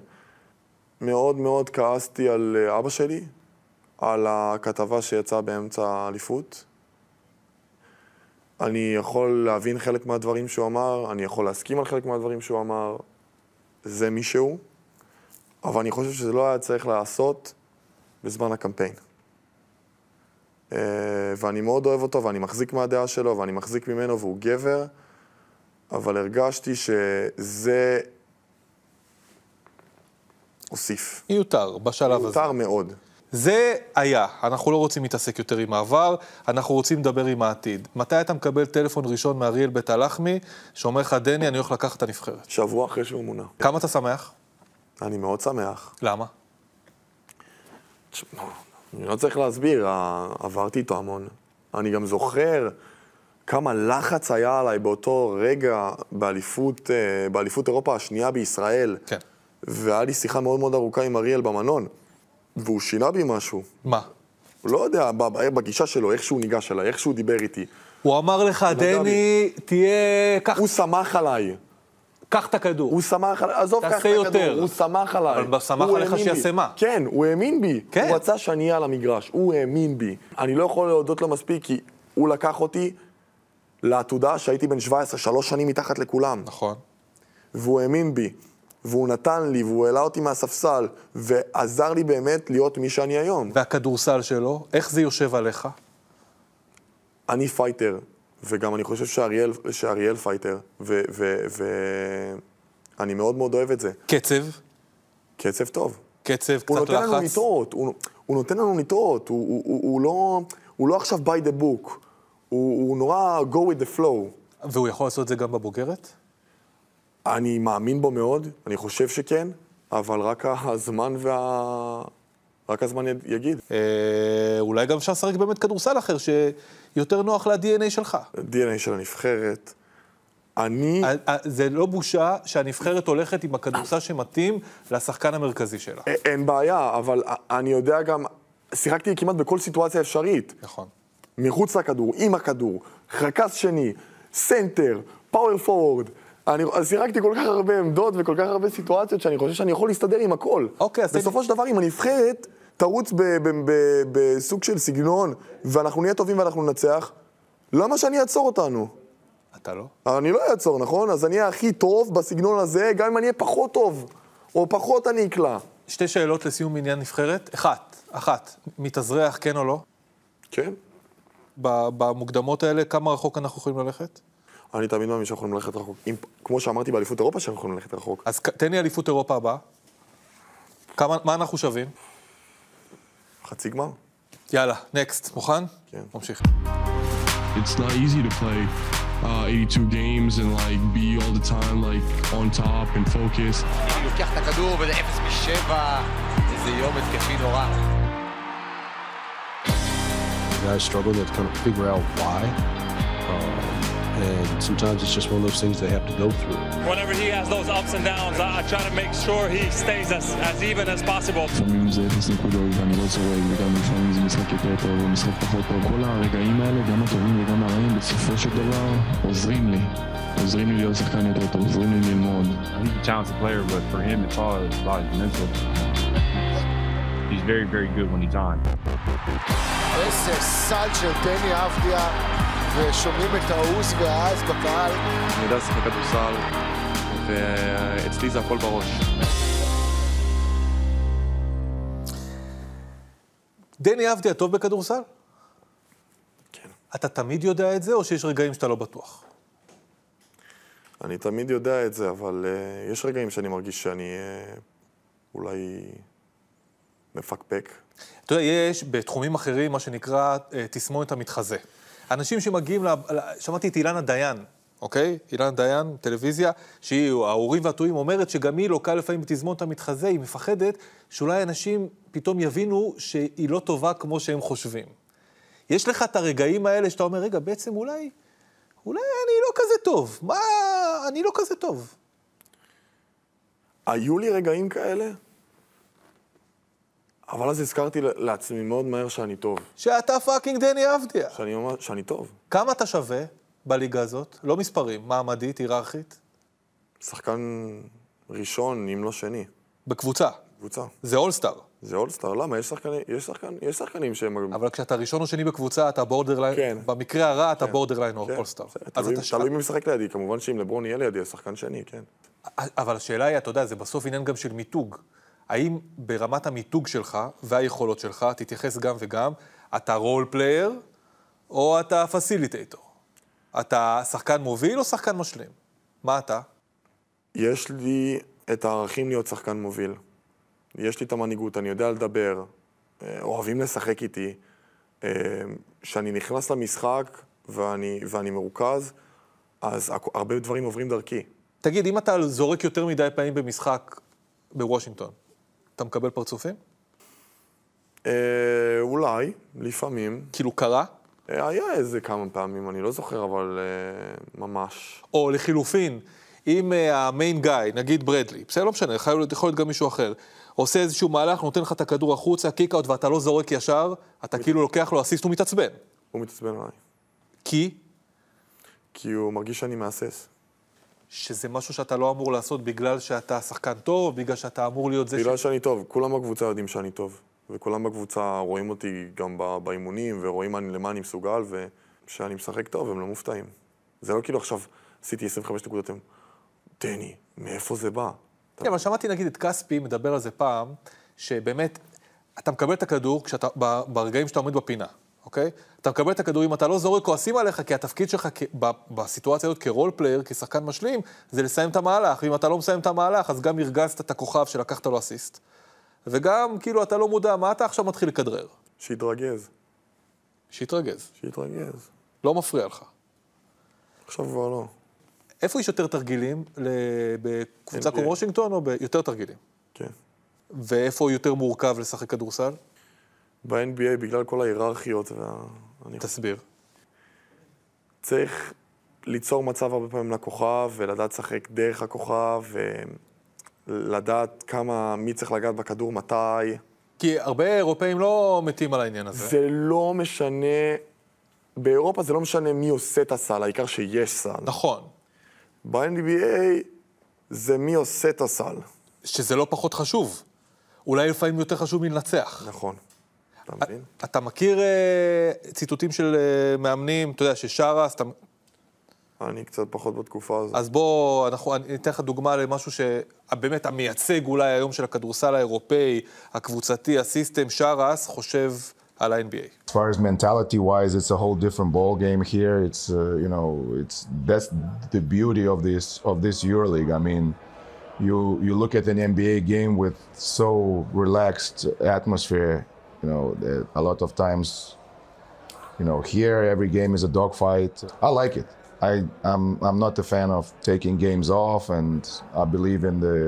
מאוד מאוד כעסתי על אה, אבא שלי, על הכתבה שיצאה באמצע האליפות. אני יכול להבין חלק מהדברים שהוא אמר, אני יכול להסכים על חלק מהדברים שהוא אמר, זה מי שהוא, אבל אני חושב שזה לא היה צריך לעשות בזמן הקמפיין. אה, ואני מאוד אוהב אותו, ואני מחזיק מהדעה שלו, ואני מחזיק ממנו, והוא גבר, אבל הרגשתי שזה הוסיף.
מיותר בשלב הזה.
אה. מיותר מאוד.
זה היה, אנחנו לא רוצים להתעסק יותר עם העבר, אנחנו רוצים לדבר עם העתיד. מתי אתה מקבל טלפון ראשון מאריאל בית הלחמי, שאומר לך, דני, אני הולך לקחת את הנבחרת?
שבוע אחרי שהוא מונה.
כמה אתה שמח?
אני מאוד שמח.
למה?
תשמע, אני לא צריך להסביר, ה- עברתי איתו המון. אני גם זוכר כמה לחץ היה עליי באותו רגע באליפות, אה, באליפות אירופה השנייה בישראל.
כן.
והיה לי שיחה מאוד מאוד ארוכה עם אריאל במלון, והוא שינה בי משהו.
מה?
הוא לא יודע, ב- בגישה שלו, איך שהוא ניגש אליי, איך שהוא דיבר איתי.
הוא אמר לך, דני, תהיה... קח-
הוא סמך עליי.
קח את הכדור.
הוא סמך עליי, עזוב,
תעשה
קח את הכדור,
יותר.
הוא סמך עליי.
אבל סמך
הוא
עליך
האמין בי.
שיעשה מה?
כן, הוא האמין בי.
כן.
הוא רצה שאני אהיה על המגרש, הוא האמין בי. אני לא יכול להודות לו מספיק, כי הוא לקח אותי לעתודה שהייתי בן 17, שלוש שנים מתחת לכולם.
נכון.
והוא האמין בי, והוא נתן לי, והוא העלה אותי מהספסל, ועזר לי באמת להיות מי שאני היום.
והכדורסל שלו, איך זה יושב עליך?
אני פייטר, וגם אני חושב שאריאל, שאריאל פייטר, ואני ו- ו- אני מאוד מאוד אוהב את זה.
קצב,
קצב טוב.
קצב, קצת לחץ.
הוא נותן לנו לטעות, הוא, הוא נותן לנו לטעות, הוא, הוא, הוא, הוא, לא, הוא לא עכשיו by the book, הוא, הוא נורא go with the flow.
והוא יכול לעשות את זה גם בבוגרת?
אני מאמין בו מאוד, אני חושב שכן, אבל רק הזמן וה... רק הזמן יד- יגיד.
אה, אולי גם אפשר לשחק באמת כדורסל אחר, שיותר נוח ל-DNA שלך.
DNA של הנבחרת, אני...
אה, אה, זה לא בושה שהנבחרת הולכת עם הכדורסל שמתאים לשחקן המרכזי שלה.
א- אין בעיה, אבל א- אני יודע גם... שיחקתי כמעט בכל סיטואציה אפשרית.
נכון.
מחוץ לכדור, עם הכדור, רכז שני, סנטר, פאוור פורוורד. אני אז שיחקתי כל כך הרבה עמדות וכל כך הרבה סיטואציות שאני חושב שאני יכול להסתדר עם הכל.
אוקיי, אז-
בסופו של דבר, אם הנבחרת תרוץ ב- ב- ב- בסוג של סגנון, ואנחנו נהיה טובים ואנחנו ננצח, למה שאני אעצור אותנו?
אתה לא?
אני לא אעצור, נכון? אז אני אהיה הכי טוב בסגנון הזה, גם אם אני אהיה פחות טוב, או פחות אני אקלע.
שתי שאלות לסיום עניין נבחרת. אחת, אחת, מתאזרח כן או לא?
כן.
ב- במוקדמות האלה, כמה רחוק אנחנו יכולים ללכת?
אני תמיד מאמין שאנחנו יכולים ללכת רחוק. אם, כמו שאמרתי באליפות אירופה, שאנחנו יכולים ללכת רחוק.
אז ק- תן לי אליפות אירופה הבאה. כמה, מה אנחנו שווים?
חצי גמר?
יאללה, נקסט. מוכן?
כן.
נמשיך.
it's not easy to play uh, 82 games and like be all the time like on top and focused.
הוא לוקח את הכדור וזה 0 מ-7, איזה יום התקפי נורא.
guys struggle to kind of figure out why. Um, and sometimes it's just one of those things they have to go through.
Whenever he has those ups and downs, I, I try to make sure he stays as, as even as possible.
לפעמים זה 0 נקודות ואני לא צורק וגם לפעמים זה משחק יותר טוב ומשחק פחות טוב. כל הרגעים האלה, גם הטובים וגם הרעים, בסופו של דבר עוזרים לי. עוזרים לי להיות שחקן יותר טוב, עוזרים לי ללמוד.
He's a talented player, but for him, it's all about his mental. He's very, very good when he's on.
איזה סל של דני אבדיה, ושומעים את העוז והאז בקהל.
אני יודע לשחק כדורסל, ואצלי זה הכל בראש.
דני אבדיה טוב בכדורסל? כן. אתה תמיד יודע את זה, או שיש רגעים שאתה לא בטוח?
אני תמיד יודע את זה, אבל uh, יש רגעים שאני מרגיש שאני uh, אולי מפקפק.
אתה יודע, יש בתחומים אחרים מה שנקרא אה, תסמונת המתחזה. אנשים שמגיעים, ל... ל- שמעתי את אילנה דיין, אוקיי? אילנה דיין, טלוויזיה, שהיא, האורים והטועים, אומרת שגם היא לוקה לפעמים בתסמונת המתחזה, היא מפחדת שאולי אנשים פתאום יבינו שהיא לא טובה כמו שהם חושבים. יש לך את הרגעים האלה שאתה אומר, רגע, בעצם אולי, אולי אני לא כזה טוב. מה, אני לא כזה טוב.
היו לי רגעים כאלה, אבל אז הזכרתי ל- לעצמי מאוד מהר שאני טוב.
שאתה פאקינג דני אבדיה.
שאני אומר שאני טוב.
כמה אתה שווה בליגה הזאת? לא מספרים, מעמדית, היררכית,
שחקן ראשון, אם לא שני.
בקבוצה.
קבוצה.
זה אולסטאר.
זה אולסטאר, למה? יש שחקנים, יש שחקנים, יש שחקנים שהם...
אבל כשאתה ראשון או שני בקבוצה, אתה בורדרליין, כן. במקרה הרע אתה בורדרליין
כן,
אולסטאר.
בסדר,
אז
תלוי-
אתה
תלוי מי משחק לידי, כמובן שאם לברון יהיה לידי, אז שחקן שני, כן.
אבל השאלה היא, אתה יודע, זה בסוף עניין גם של מיתוג. האם ברמת המיתוג שלך והיכולות שלך, תתייחס גם וגם, אתה רול פלייר או אתה פסיליטייטור? אתה שחקן מוביל או שחקן משלים? מה אתה?
יש לי את הערכים להיות שחקן מוביל. יש לי את המנהיגות, אני יודע לדבר. אה, אוהבים לשחק איתי, אה, שאני נכנס למשחק ואני, ואני מרוכז, אז הכ- הרבה דברים עוברים דרכי.
תגיד, אם אתה זורק יותר מדי פעמים במשחק בוושינגטון, אתה מקבל פרצופים?
אה, אולי, לפעמים.
כאילו קרה?
אה, היה איזה כמה פעמים, אני לא זוכר, אבל אה, ממש.
או לחילופין, אם אה, המיין גיא, נגיד ברדלי, בסדר, לא משנה, יכול להיות יכול להיות גם מישהו אחר, עושה איזשהו מהלך, נותן לך את הכדור החוצה, קיקאוט, ואתה לא זורק ישר, אתה כאילו לוקח לו אסיסט, הוא מתעצבן.
הוא מתעצבן עליי.
כי?
כי הוא מרגיש שאני מהסס.
שזה משהו שאתה לא אמור לעשות בגלל שאתה שחקן טוב, בגלל שאתה אמור להיות זה
בגלל שאני טוב, כולם בקבוצה יודעים שאני טוב. וכולם בקבוצה רואים אותי גם ב- באימונים, ורואים אני- למה אני מסוגל, וכשאני משחק טוב הם לא מופתעים. זה לא כאילו עכשיו עשיתי 25 נקודות, הם... דני, מאיפה זה בא?
כן, אבל שמעתי נגיד את כספי מדבר על זה פעם, שבאמת, אתה מקבל את הכדור כשאתה, ב- ברגעים שאתה עומד בפינה, אוקיי? אתה מקבל את הכדור, אם אתה לא זורק, כועסים עליך, כי התפקיד שלך כ- ב- בסיטואציה הזאת כרול פלייר, כשחקן משלים, זה לסיים את המהלך, ואם אתה לא מסיים את המהלך, אז גם הרגזת את הכוכב שלקחת לו אסיסט. וגם, כאילו, אתה לא מודע, מה אתה עכשיו מתחיל לכדרר?
שיתרגז.
שיתרגז.
שיתרגז.
לא מפריע לך.
עכשיו כבר לא.
איפה יש יותר תרגילים? ל- בקבוצה
NBA.
כמו וושינגטון או ב... יותר תרגילים?
כן.
ואיפה יותר מורכב לשחק כדורסל?
ב-NBA, בגלל כל ההיררכיות וה... אני-
תסביר.
צריך ליצור מצב הרבה פעמים לכוכב, ולדעת לשחק דרך הכוכב, ולדעת כמה, מי צריך לגעת בכדור, מתי.
כי הרבה אירופאים לא מתים על העניין הזה.
זה לא משנה, באירופה זה לא משנה מי עושה את הסל, העיקר שיש סל.
נכון.
ב-NBA זה מי עושה את הסל.
שזה לא פחות חשוב. אולי לפעמים יותר חשוב מלנצח.
נכון. אתה מבין?
אתה מכיר אה, ציטוטים של אה, מאמנים, אתה יודע, ששרס, אתה...
אני קצת פחות בתקופה הזאת.
אז בוא, אנחנו, אני אתן לך דוגמה למשהו שבאמת המייצג אולי היום של הכדורסל האירופאי, הקבוצתי, הסיסטם, שרס, חושב על ה-NBA.
As far as mentality wise, it's a whole different ball game here. It's uh, you know, it's that's the beauty of this of this EuroLeague. I mean, you you look at an NBA game with so relaxed atmosphere. You know, that a lot of times, you know, here every game is a dogfight. I like it. I I'm I'm not a fan of taking games off, and I believe in the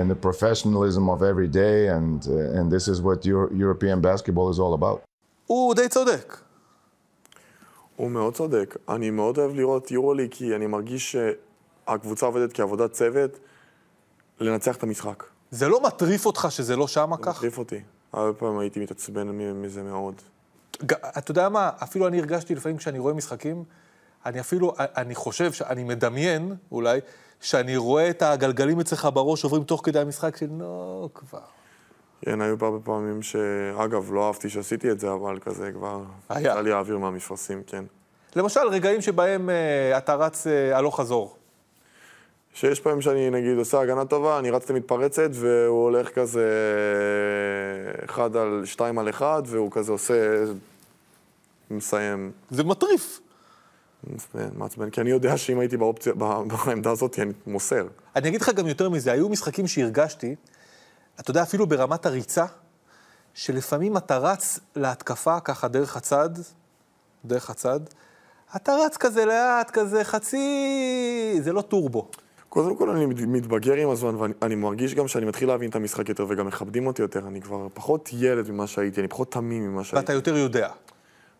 in the professionalism of every day, and uh, and this is what Euro- European basketball is all about.
הוא די צודק.
הוא מאוד צודק. אני מאוד אוהב לראות יורולי, כי אני מרגיש שהקבוצה עובדת כעבודת צוות, לנצח את המשחק.
זה לא מטריף אותך שזה לא שמה ככה?
מטריף אותי. הרבה פעמים הייתי מתעצבן מ- מזה מאוד.
ג- אתה יודע מה, אפילו אני הרגשתי לפעמים כשאני רואה משחקים, אני אפילו, אני חושב, ש- אני מדמיין אולי, שאני רואה את הגלגלים אצלך בראש עוברים תוך כדי המשחק של נו כבר.
כן, היו הרבה פעמים ש... אגב, לא אהבתי שעשיתי את זה, אבל כזה כבר...
היה.
יצא לי האוויר מהמפרשים, כן.
למשל, רגעים שבהם אה, אתה רץ אה, הלוך חזור.
שיש פעמים שאני, נגיד, עושה הגנה טובה, אני רץ למתפרצת, והוא הולך כזה... אה, אחד על... שתיים על אחד, והוא כזה עושה... מסיים.
זה מטריף.
מעצבן, מעצבן, כי אני יודע שאם הייתי באופציה, ב- בעמדה הזאת, אני מוסר.
אני אגיד לך גם יותר מזה, היו משחקים שהרגשתי, אתה יודע, אפילו ברמת הריצה, שלפעמים אתה רץ להתקפה ככה דרך הצד, דרך הצד, אתה רץ כזה לאט, כזה חצי... זה לא טורבו.
קודם כל, אני מת- מתבגר עם הזמן, ואני אני מרגיש גם שאני מתחיל להבין את המשחק יותר, וגם מכבדים אותי יותר. אני כבר פחות ילד ממה שהייתי, אני פחות תמים ממה שהייתי.
ואתה יותר יודע.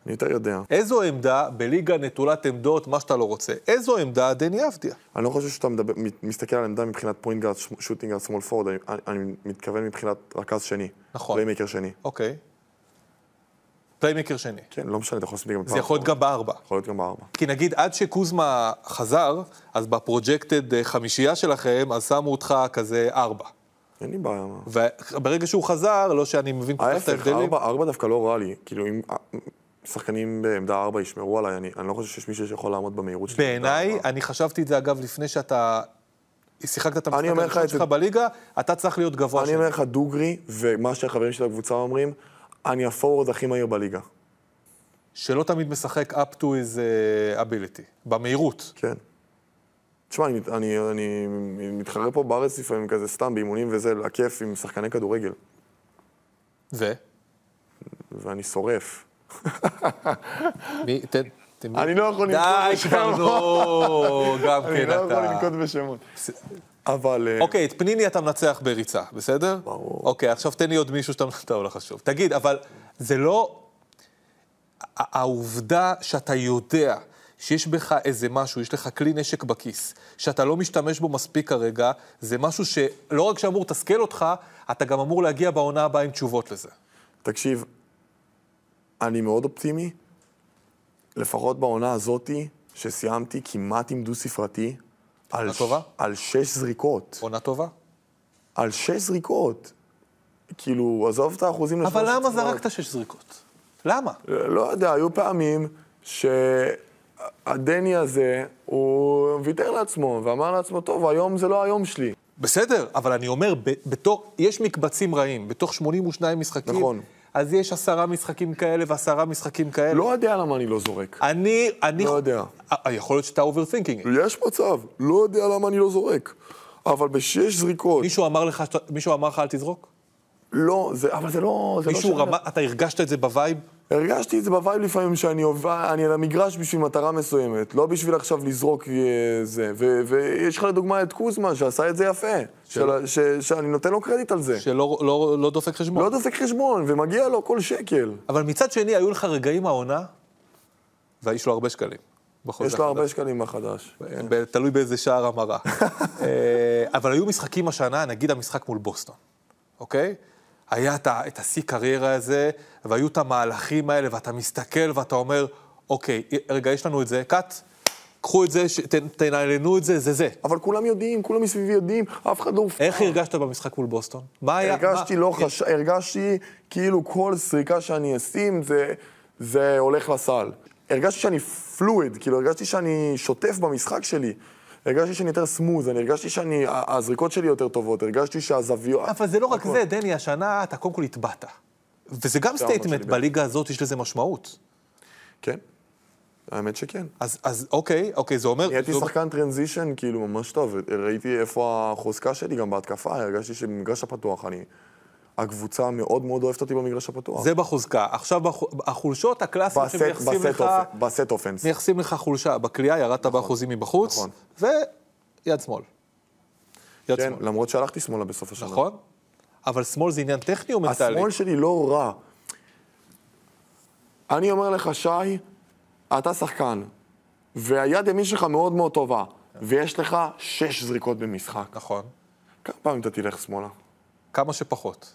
אני יותר יודע.
איזו עמדה בליגה נטולת עמדות, מה שאתה לא רוצה, איזו עמדה דני אבדיה?
אני לא חושב שאתה מדבר, מת- מסתכל על עמדה מבחינת פוינט גארד, שוטינג גארד, שמאל פורד, אני, אני- אני מתכוון מבחינת רכז שני. נכון. פליימקר שני.
אוקיי. פליימקר שני.
כן, לא משנה, אתה יכול לעשות את זה גם
זה יכול להיות גם בארבע.
יכול להיות גם בארבע.
כי נגיד, עד שקוזמה חזר, אז בפרוג'קטד אה, חמישייה שלכם, אז שמו אותך כזה ארבע.
אין לי בעיה. אה,
וברגע שהוא חזר, לא שאני מבין כל כך את
ההפך,
ההבדלים.
ארבע, ארבע דווקא לא רע לי. כאילו, אם אה, שחקנים בעמדה ארבע ישמרו עליי, אני, אני לא חושב שיש מישהו שיכול לעמוד במהירות שלי.
בעיניי, אני חשבתי את זה, אגב, לפני שאתה שיחקת את המשחק
אומר לך
הראשון
את זה-
שלך בליגה, אתה צריך להיות גבוה
אני אומר לך דוגרי, ומה שהחברים של הקבוצה אומרים, אני הפורוורד הכי מהיר בליגה.
שלא תמיד משחק up to his אה, ability, במהירות.
כן. תשמע, אני, מת- אני, אני מתחרה פה בארץ לפעמים כזה סתם באימונים וזה, לכיף עם שחקני כדורגל.
ו?
ואני שורף.
מי, ת, ת,
אני לא יכול לנקוט
די,
בשמות.
כבר נו, גם כן
אני לא יכול
אתה.
לנקוט בשמות. אבל... אה,
אוקיי, את פניני אתה מנצח בריצה, בסדר? ברור. אוקיי, עכשיו תן לי עוד מישהו שאתה אתה הולך לחשוב. תגיד, אבל זה לא... ה- העובדה שאתה יודע שיש בך איזה משהו, יש לך כלי נשק בכיס, שאתה לא משתמש בו מספיק כרגע, זה משהו שלא רק שאמור לתסכל אותך, אתה גם אמור להגיע בעונה הבאה עם תשובות לזה.
תקשיב, אני מאוד אופטימי. לפחות בעונה הזאתי, שסיימתי כמעט עם דו-ספרתי. על, ש... על שש זריקות.
עונה טובה?
על שש זריקות. כאילו, עזוב את האחוזים לשלוש
אבל למה
עצמאות.
זרקת שש זריקות? למה?
לא יודע, היו פעמים שהדני הזה, הוא ויתר לעצמו ואמר לעצמו, טוב, היום זה לא היום שלי.
בסדר, אבל אני אומר, ב- בתוך, יש מקבצים רעים, בתוך 82 משחקים,
נכון.
אז יש עשרה משחקים כאלה ועשרה משחקים כאלה.
לא יודע למה אני לא זורק.
אני, אני...
לא יודע.
אה, יכול להיות שאתה אוברתינקינג.
יש מצב, לא יודע למה אני לא זורק. אבל בשש זריקות,
מישהו אמר לך, שאתה- מישהו אמר לך אל תזרוק?
לא, זה, אבל זה לא... זה לא
מישהו
שאלה.
רמה, אתה הרגשת את זה בווייב?
הרגשתי את זה בווייב לפעמים, שאני עובר, אני על המגרש בשביל מטרה מסוימת, לא בשביל עכשיו לזרוק אה, זה. ו- ויש לך לדוגמה את קוזמן, שעשה את זה יפה,
כן.
של... ש- שאני נותן לו קרדיט על זה.
שלא לא, לא דופק חשבון.
לא דופק חשבון, ומגיע לו כל שקל.
אבל מצד שני, היו לך רגעים העונה, ויש לו הרבה שקלים. בחוזה
יש לו הרבה
החדש.
שקלים בחדש.
כן, ב- תלוי באיזה שער המרה. אה, אבל היו משחקים השנה, נגיד המשחק מול בוסטון, אוקיי? היה את ה- את השיא קריירה הזה, והיו את המהלכים האלה, ואתה מסתכל ואתה אומר, אוקיי, רגע, יש לנו את זה, קאט, קחו את זה, ש- ת- תנהלנו את זה, זה זה.
אבל כולם יודעים, כולם מסביבי יודעים, אף אחד לא הופתע.
איך הרגשת במשחק מול בוסטון? מה היה?
הרגשתי
מה-
לא חש... הרגשתי כאילו כל סריקה שאני אשים זה, זה הולך לסל. הרגשתי שאני פלואיד, כאילו הרגשתי שאני שוטף במשחק שלי. הרגשתי שאני יותר סמוז, אני הרגשתי שאני, ה- הזריקות שלי יותר טובות, הרגשתי שהזוויות...
אבל זה לא רק זה, דני, השנה אתה קודם כל הטבעת. וזה גם
זה העמוד
סטייטמנט,
שלי,
בליגה הזאת יש לזה משמעות.
כן, האמת שכן.
אז, אז אוקיי, אוקיי, זה אומר...
נהייתי
זה אומר-
שחקן טרנזישן כאילו ממש טוב, ראיתי איפה החוזקה שלי גם בהתקפה, הרגשתי שבמגרש הפתוח אני... הקבוצה מאוד מאוד אוהבת אותי במגרש הפתוח.
זה בחוזקה. עכשיו בחו- החולשות הקלאסיות
בסט-
שמייחסים
בסט נכון.
לך...
אופ- בסט אופנס.
מייחסים לך חולשה בקליעה, ירדת באחוזים מבחוץ, ויד שמאל. יד
כן,
שמאל.
למרות שהלכתי שמאלה בסוף השנה.
נכון? אבל שמאל זה עניין טכני או מנטלי?
השמאל שלי לא רע. אני אומר לך, שי, אתה שחקן, והיד ימין שלך מאוד מאוד טובה, ויש לך שש זריקות במשחק.
נכון.
כמה פעמים אתה תלך שמאלה,
כמה שפחות.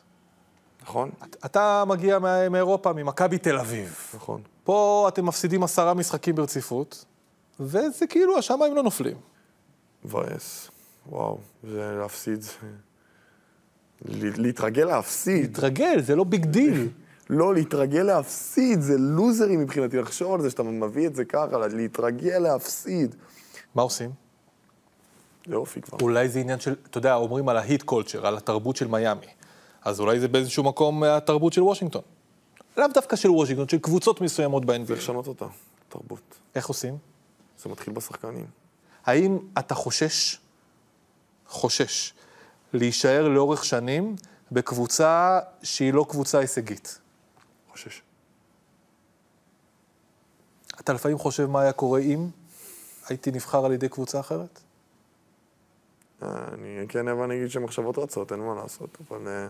נכון?
אתה מגיע מה- מאירופה, ממכבי תל אביב.
נכון.
פה אתם מפסידים עשרה משחקים ברציפות, וזה כאילו השמיים לא נופלים.
מבאס. וואו, זה להפסיד. זה- ל- להתרגל להפסיד.
להתרגל, זה לא ביג דיל.
לא, להתרגל להפסיד, זה לוזרי מבחינתי, לחשוב על זה שאתה מביא את זה ככה, להתרגל להפסיד.
מה עושים?
יופי כבר.
אולי זה עניין של, אתה יודע, אומרים על ההיט קולצ'ר, על התרבות של מיאמי. אז אולי זה באיזשהו מקום אה, התרבות של וושינגטון. לאו דווקא של וושינגטון, של קבוצות מסוימות ב-NBA.
צריך לשנות אותה, תרבות.
איך עושים?
זה מתחיל בשחקנים.
האם אתה חושש, חושש, להישאר לאורך שנים בקבוצה שהיא לא קבוצה הישגית?
חושש.
אתה לפעמים חושב מה היה קורה אם הייתי נבחר על ידי קבוצה אחרת?
אה, אני כן אבל אני אגיד שמחשבות רצות, אין מה לעשות, אבל... אה,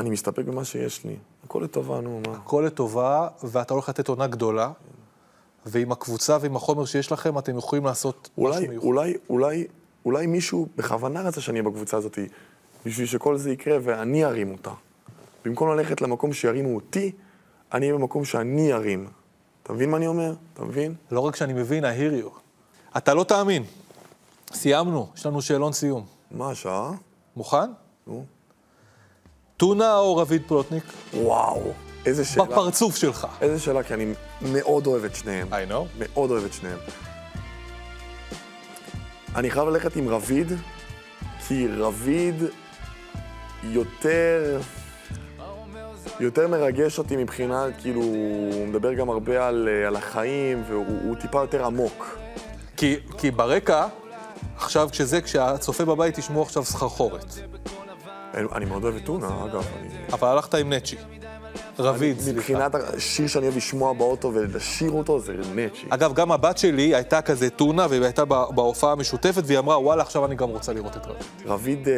אני מסתפק במה שיש לי. הכל לטובה, נו, מה?
הכל לטובה, ואתה הולך לתת עונה גדולה, ועם הקבוצה ועם החומר שיש לכם, אתם יכולים לעשות משהו
אולי,
מיוחד.
אולי, אולי, אולי מישהו בכוונה רצה שאני אהיה בקבוצה הזאת, בשביל שכל זה יקרה ואני ארים אותה. במקום ללכת למקום שירימו אותי, אני אהיה במקום שאני ארים. אתה מבין מה אני אומר? אתה מבין?
לא רק שאני מבין, I hear you. אתה לא תאמין. סיימנו, יש לנו שאלון סיום.
מה השעה?
מוכן?
נו. כן,
טונה או רביד פלוטניק?
וואו, איזה שאלה.
בפרצוף שלך.
איזה שאלה, כי אני מאוד אוהב את שניהם.
I know.
מאוד אוהב את שניהם. אני חייב ללכת עם רביד, כי רביד יותר... יותר מרגש אותי מבחינת, כאילו, הוא מדבר גם הרבה על, אה, על החיים, והוא הוא טיפה יותר עמוק.
כי, כי ברקע, עכשיו כשזה, כשהצופה בבית ישמעו עכשיו סחרחורת.
אני מאוד אוהב את טונה, אגב. אני...
אבל הלכת עם נצ'י. רביד,
סליחה. מבחינת השיר שאני אוהב לשמוע באוטו ולשיר אותו, זה נצ'י.
אגב, גם הבת שלי הייתה כזה טונה, והיא הייתה בה- בהופעה המשותפת, והיא אמרה, וואלה, עכשיו אני גם רוצה לראות את רביד.
רביד, אה,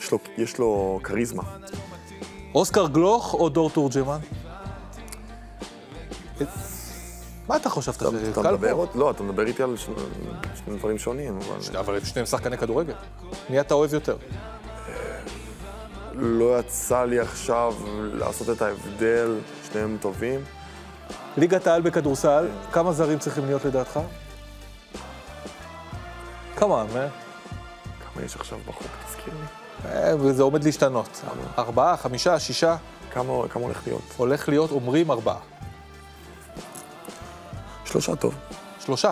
יש לו- יש לו כריזמה.
אוסקר גלוך או דור תורג'מן? מה אתה חושב? אתה
אתה
קל
מדבר
פה.
עוד- לא, אתה מדבר איתי על שני שני דברים שונים, אבל...
אבל הם שניהם שחקני כדורגל. מי אתה אוהב יותר?
לא יצא לי עכשיו לעשות את ההבדל, שניהם טובים.
ליגת העל בכדורסל, כמה זרים צריכים להיות לדעתך? כמה, מה?
כמה יש עכשיו בחוק, תזכיר לי.
אה, וזה עומד להשתנות. ארבעה, חמישה, שישה?
כמה, כמה הולך להיות?
הולך להיות, אומרים ארבעה.
שלושה טוב.
שלושה.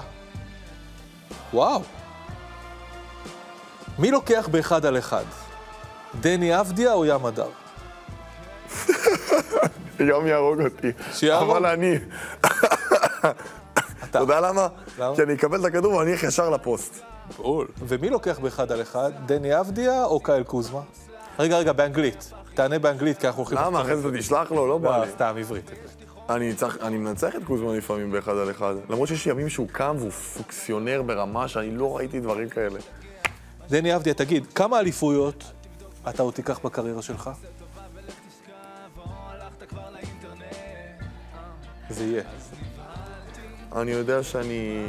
וואו. מי לוקח באחד על אחד? דני אבדיה או ים הדר?
יום יהרוג אותי.
שיהרוג.
אבל אני... אתה יודע למה?
למה?
כי אני אקבל את הכדור ואני אלך ישר לפוסט.
בול. ומי לוקח באחד על אחד? דני אבדיה או קייל קוזמה? רגע, רגע, באנגלית. תענה באנגלית, כי אנחנו הולכים...
למה? אחרי זה תשלח לו, לא בא לי.
סתם, עברית.
אני, צריך, אני מנצח את קוזמן לפעמים באחד על אחד, למרות שיש ימים שהוא קם והוא פוקסיונר ברמה שאני לא ראיתי דברים כאלה.
דני אבדיה, תגיד, כמה אליפויות אתה עוד תיקח בקריירה שלך? זה יהיה.
אני יודע שאני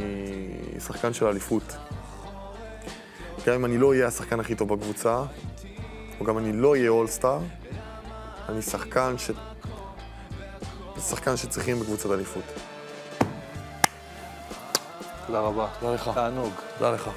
שחקן של אליפות. גם אם אני לא אהיה השחקן הכי טוב בקבוצה, או גם אני לא אהיה אולסטאר, אני שחקן ש... שחקן שצריכים בקבוצת אליפות.
תודה רבה. תודה לך. תענוג.
תודה לך.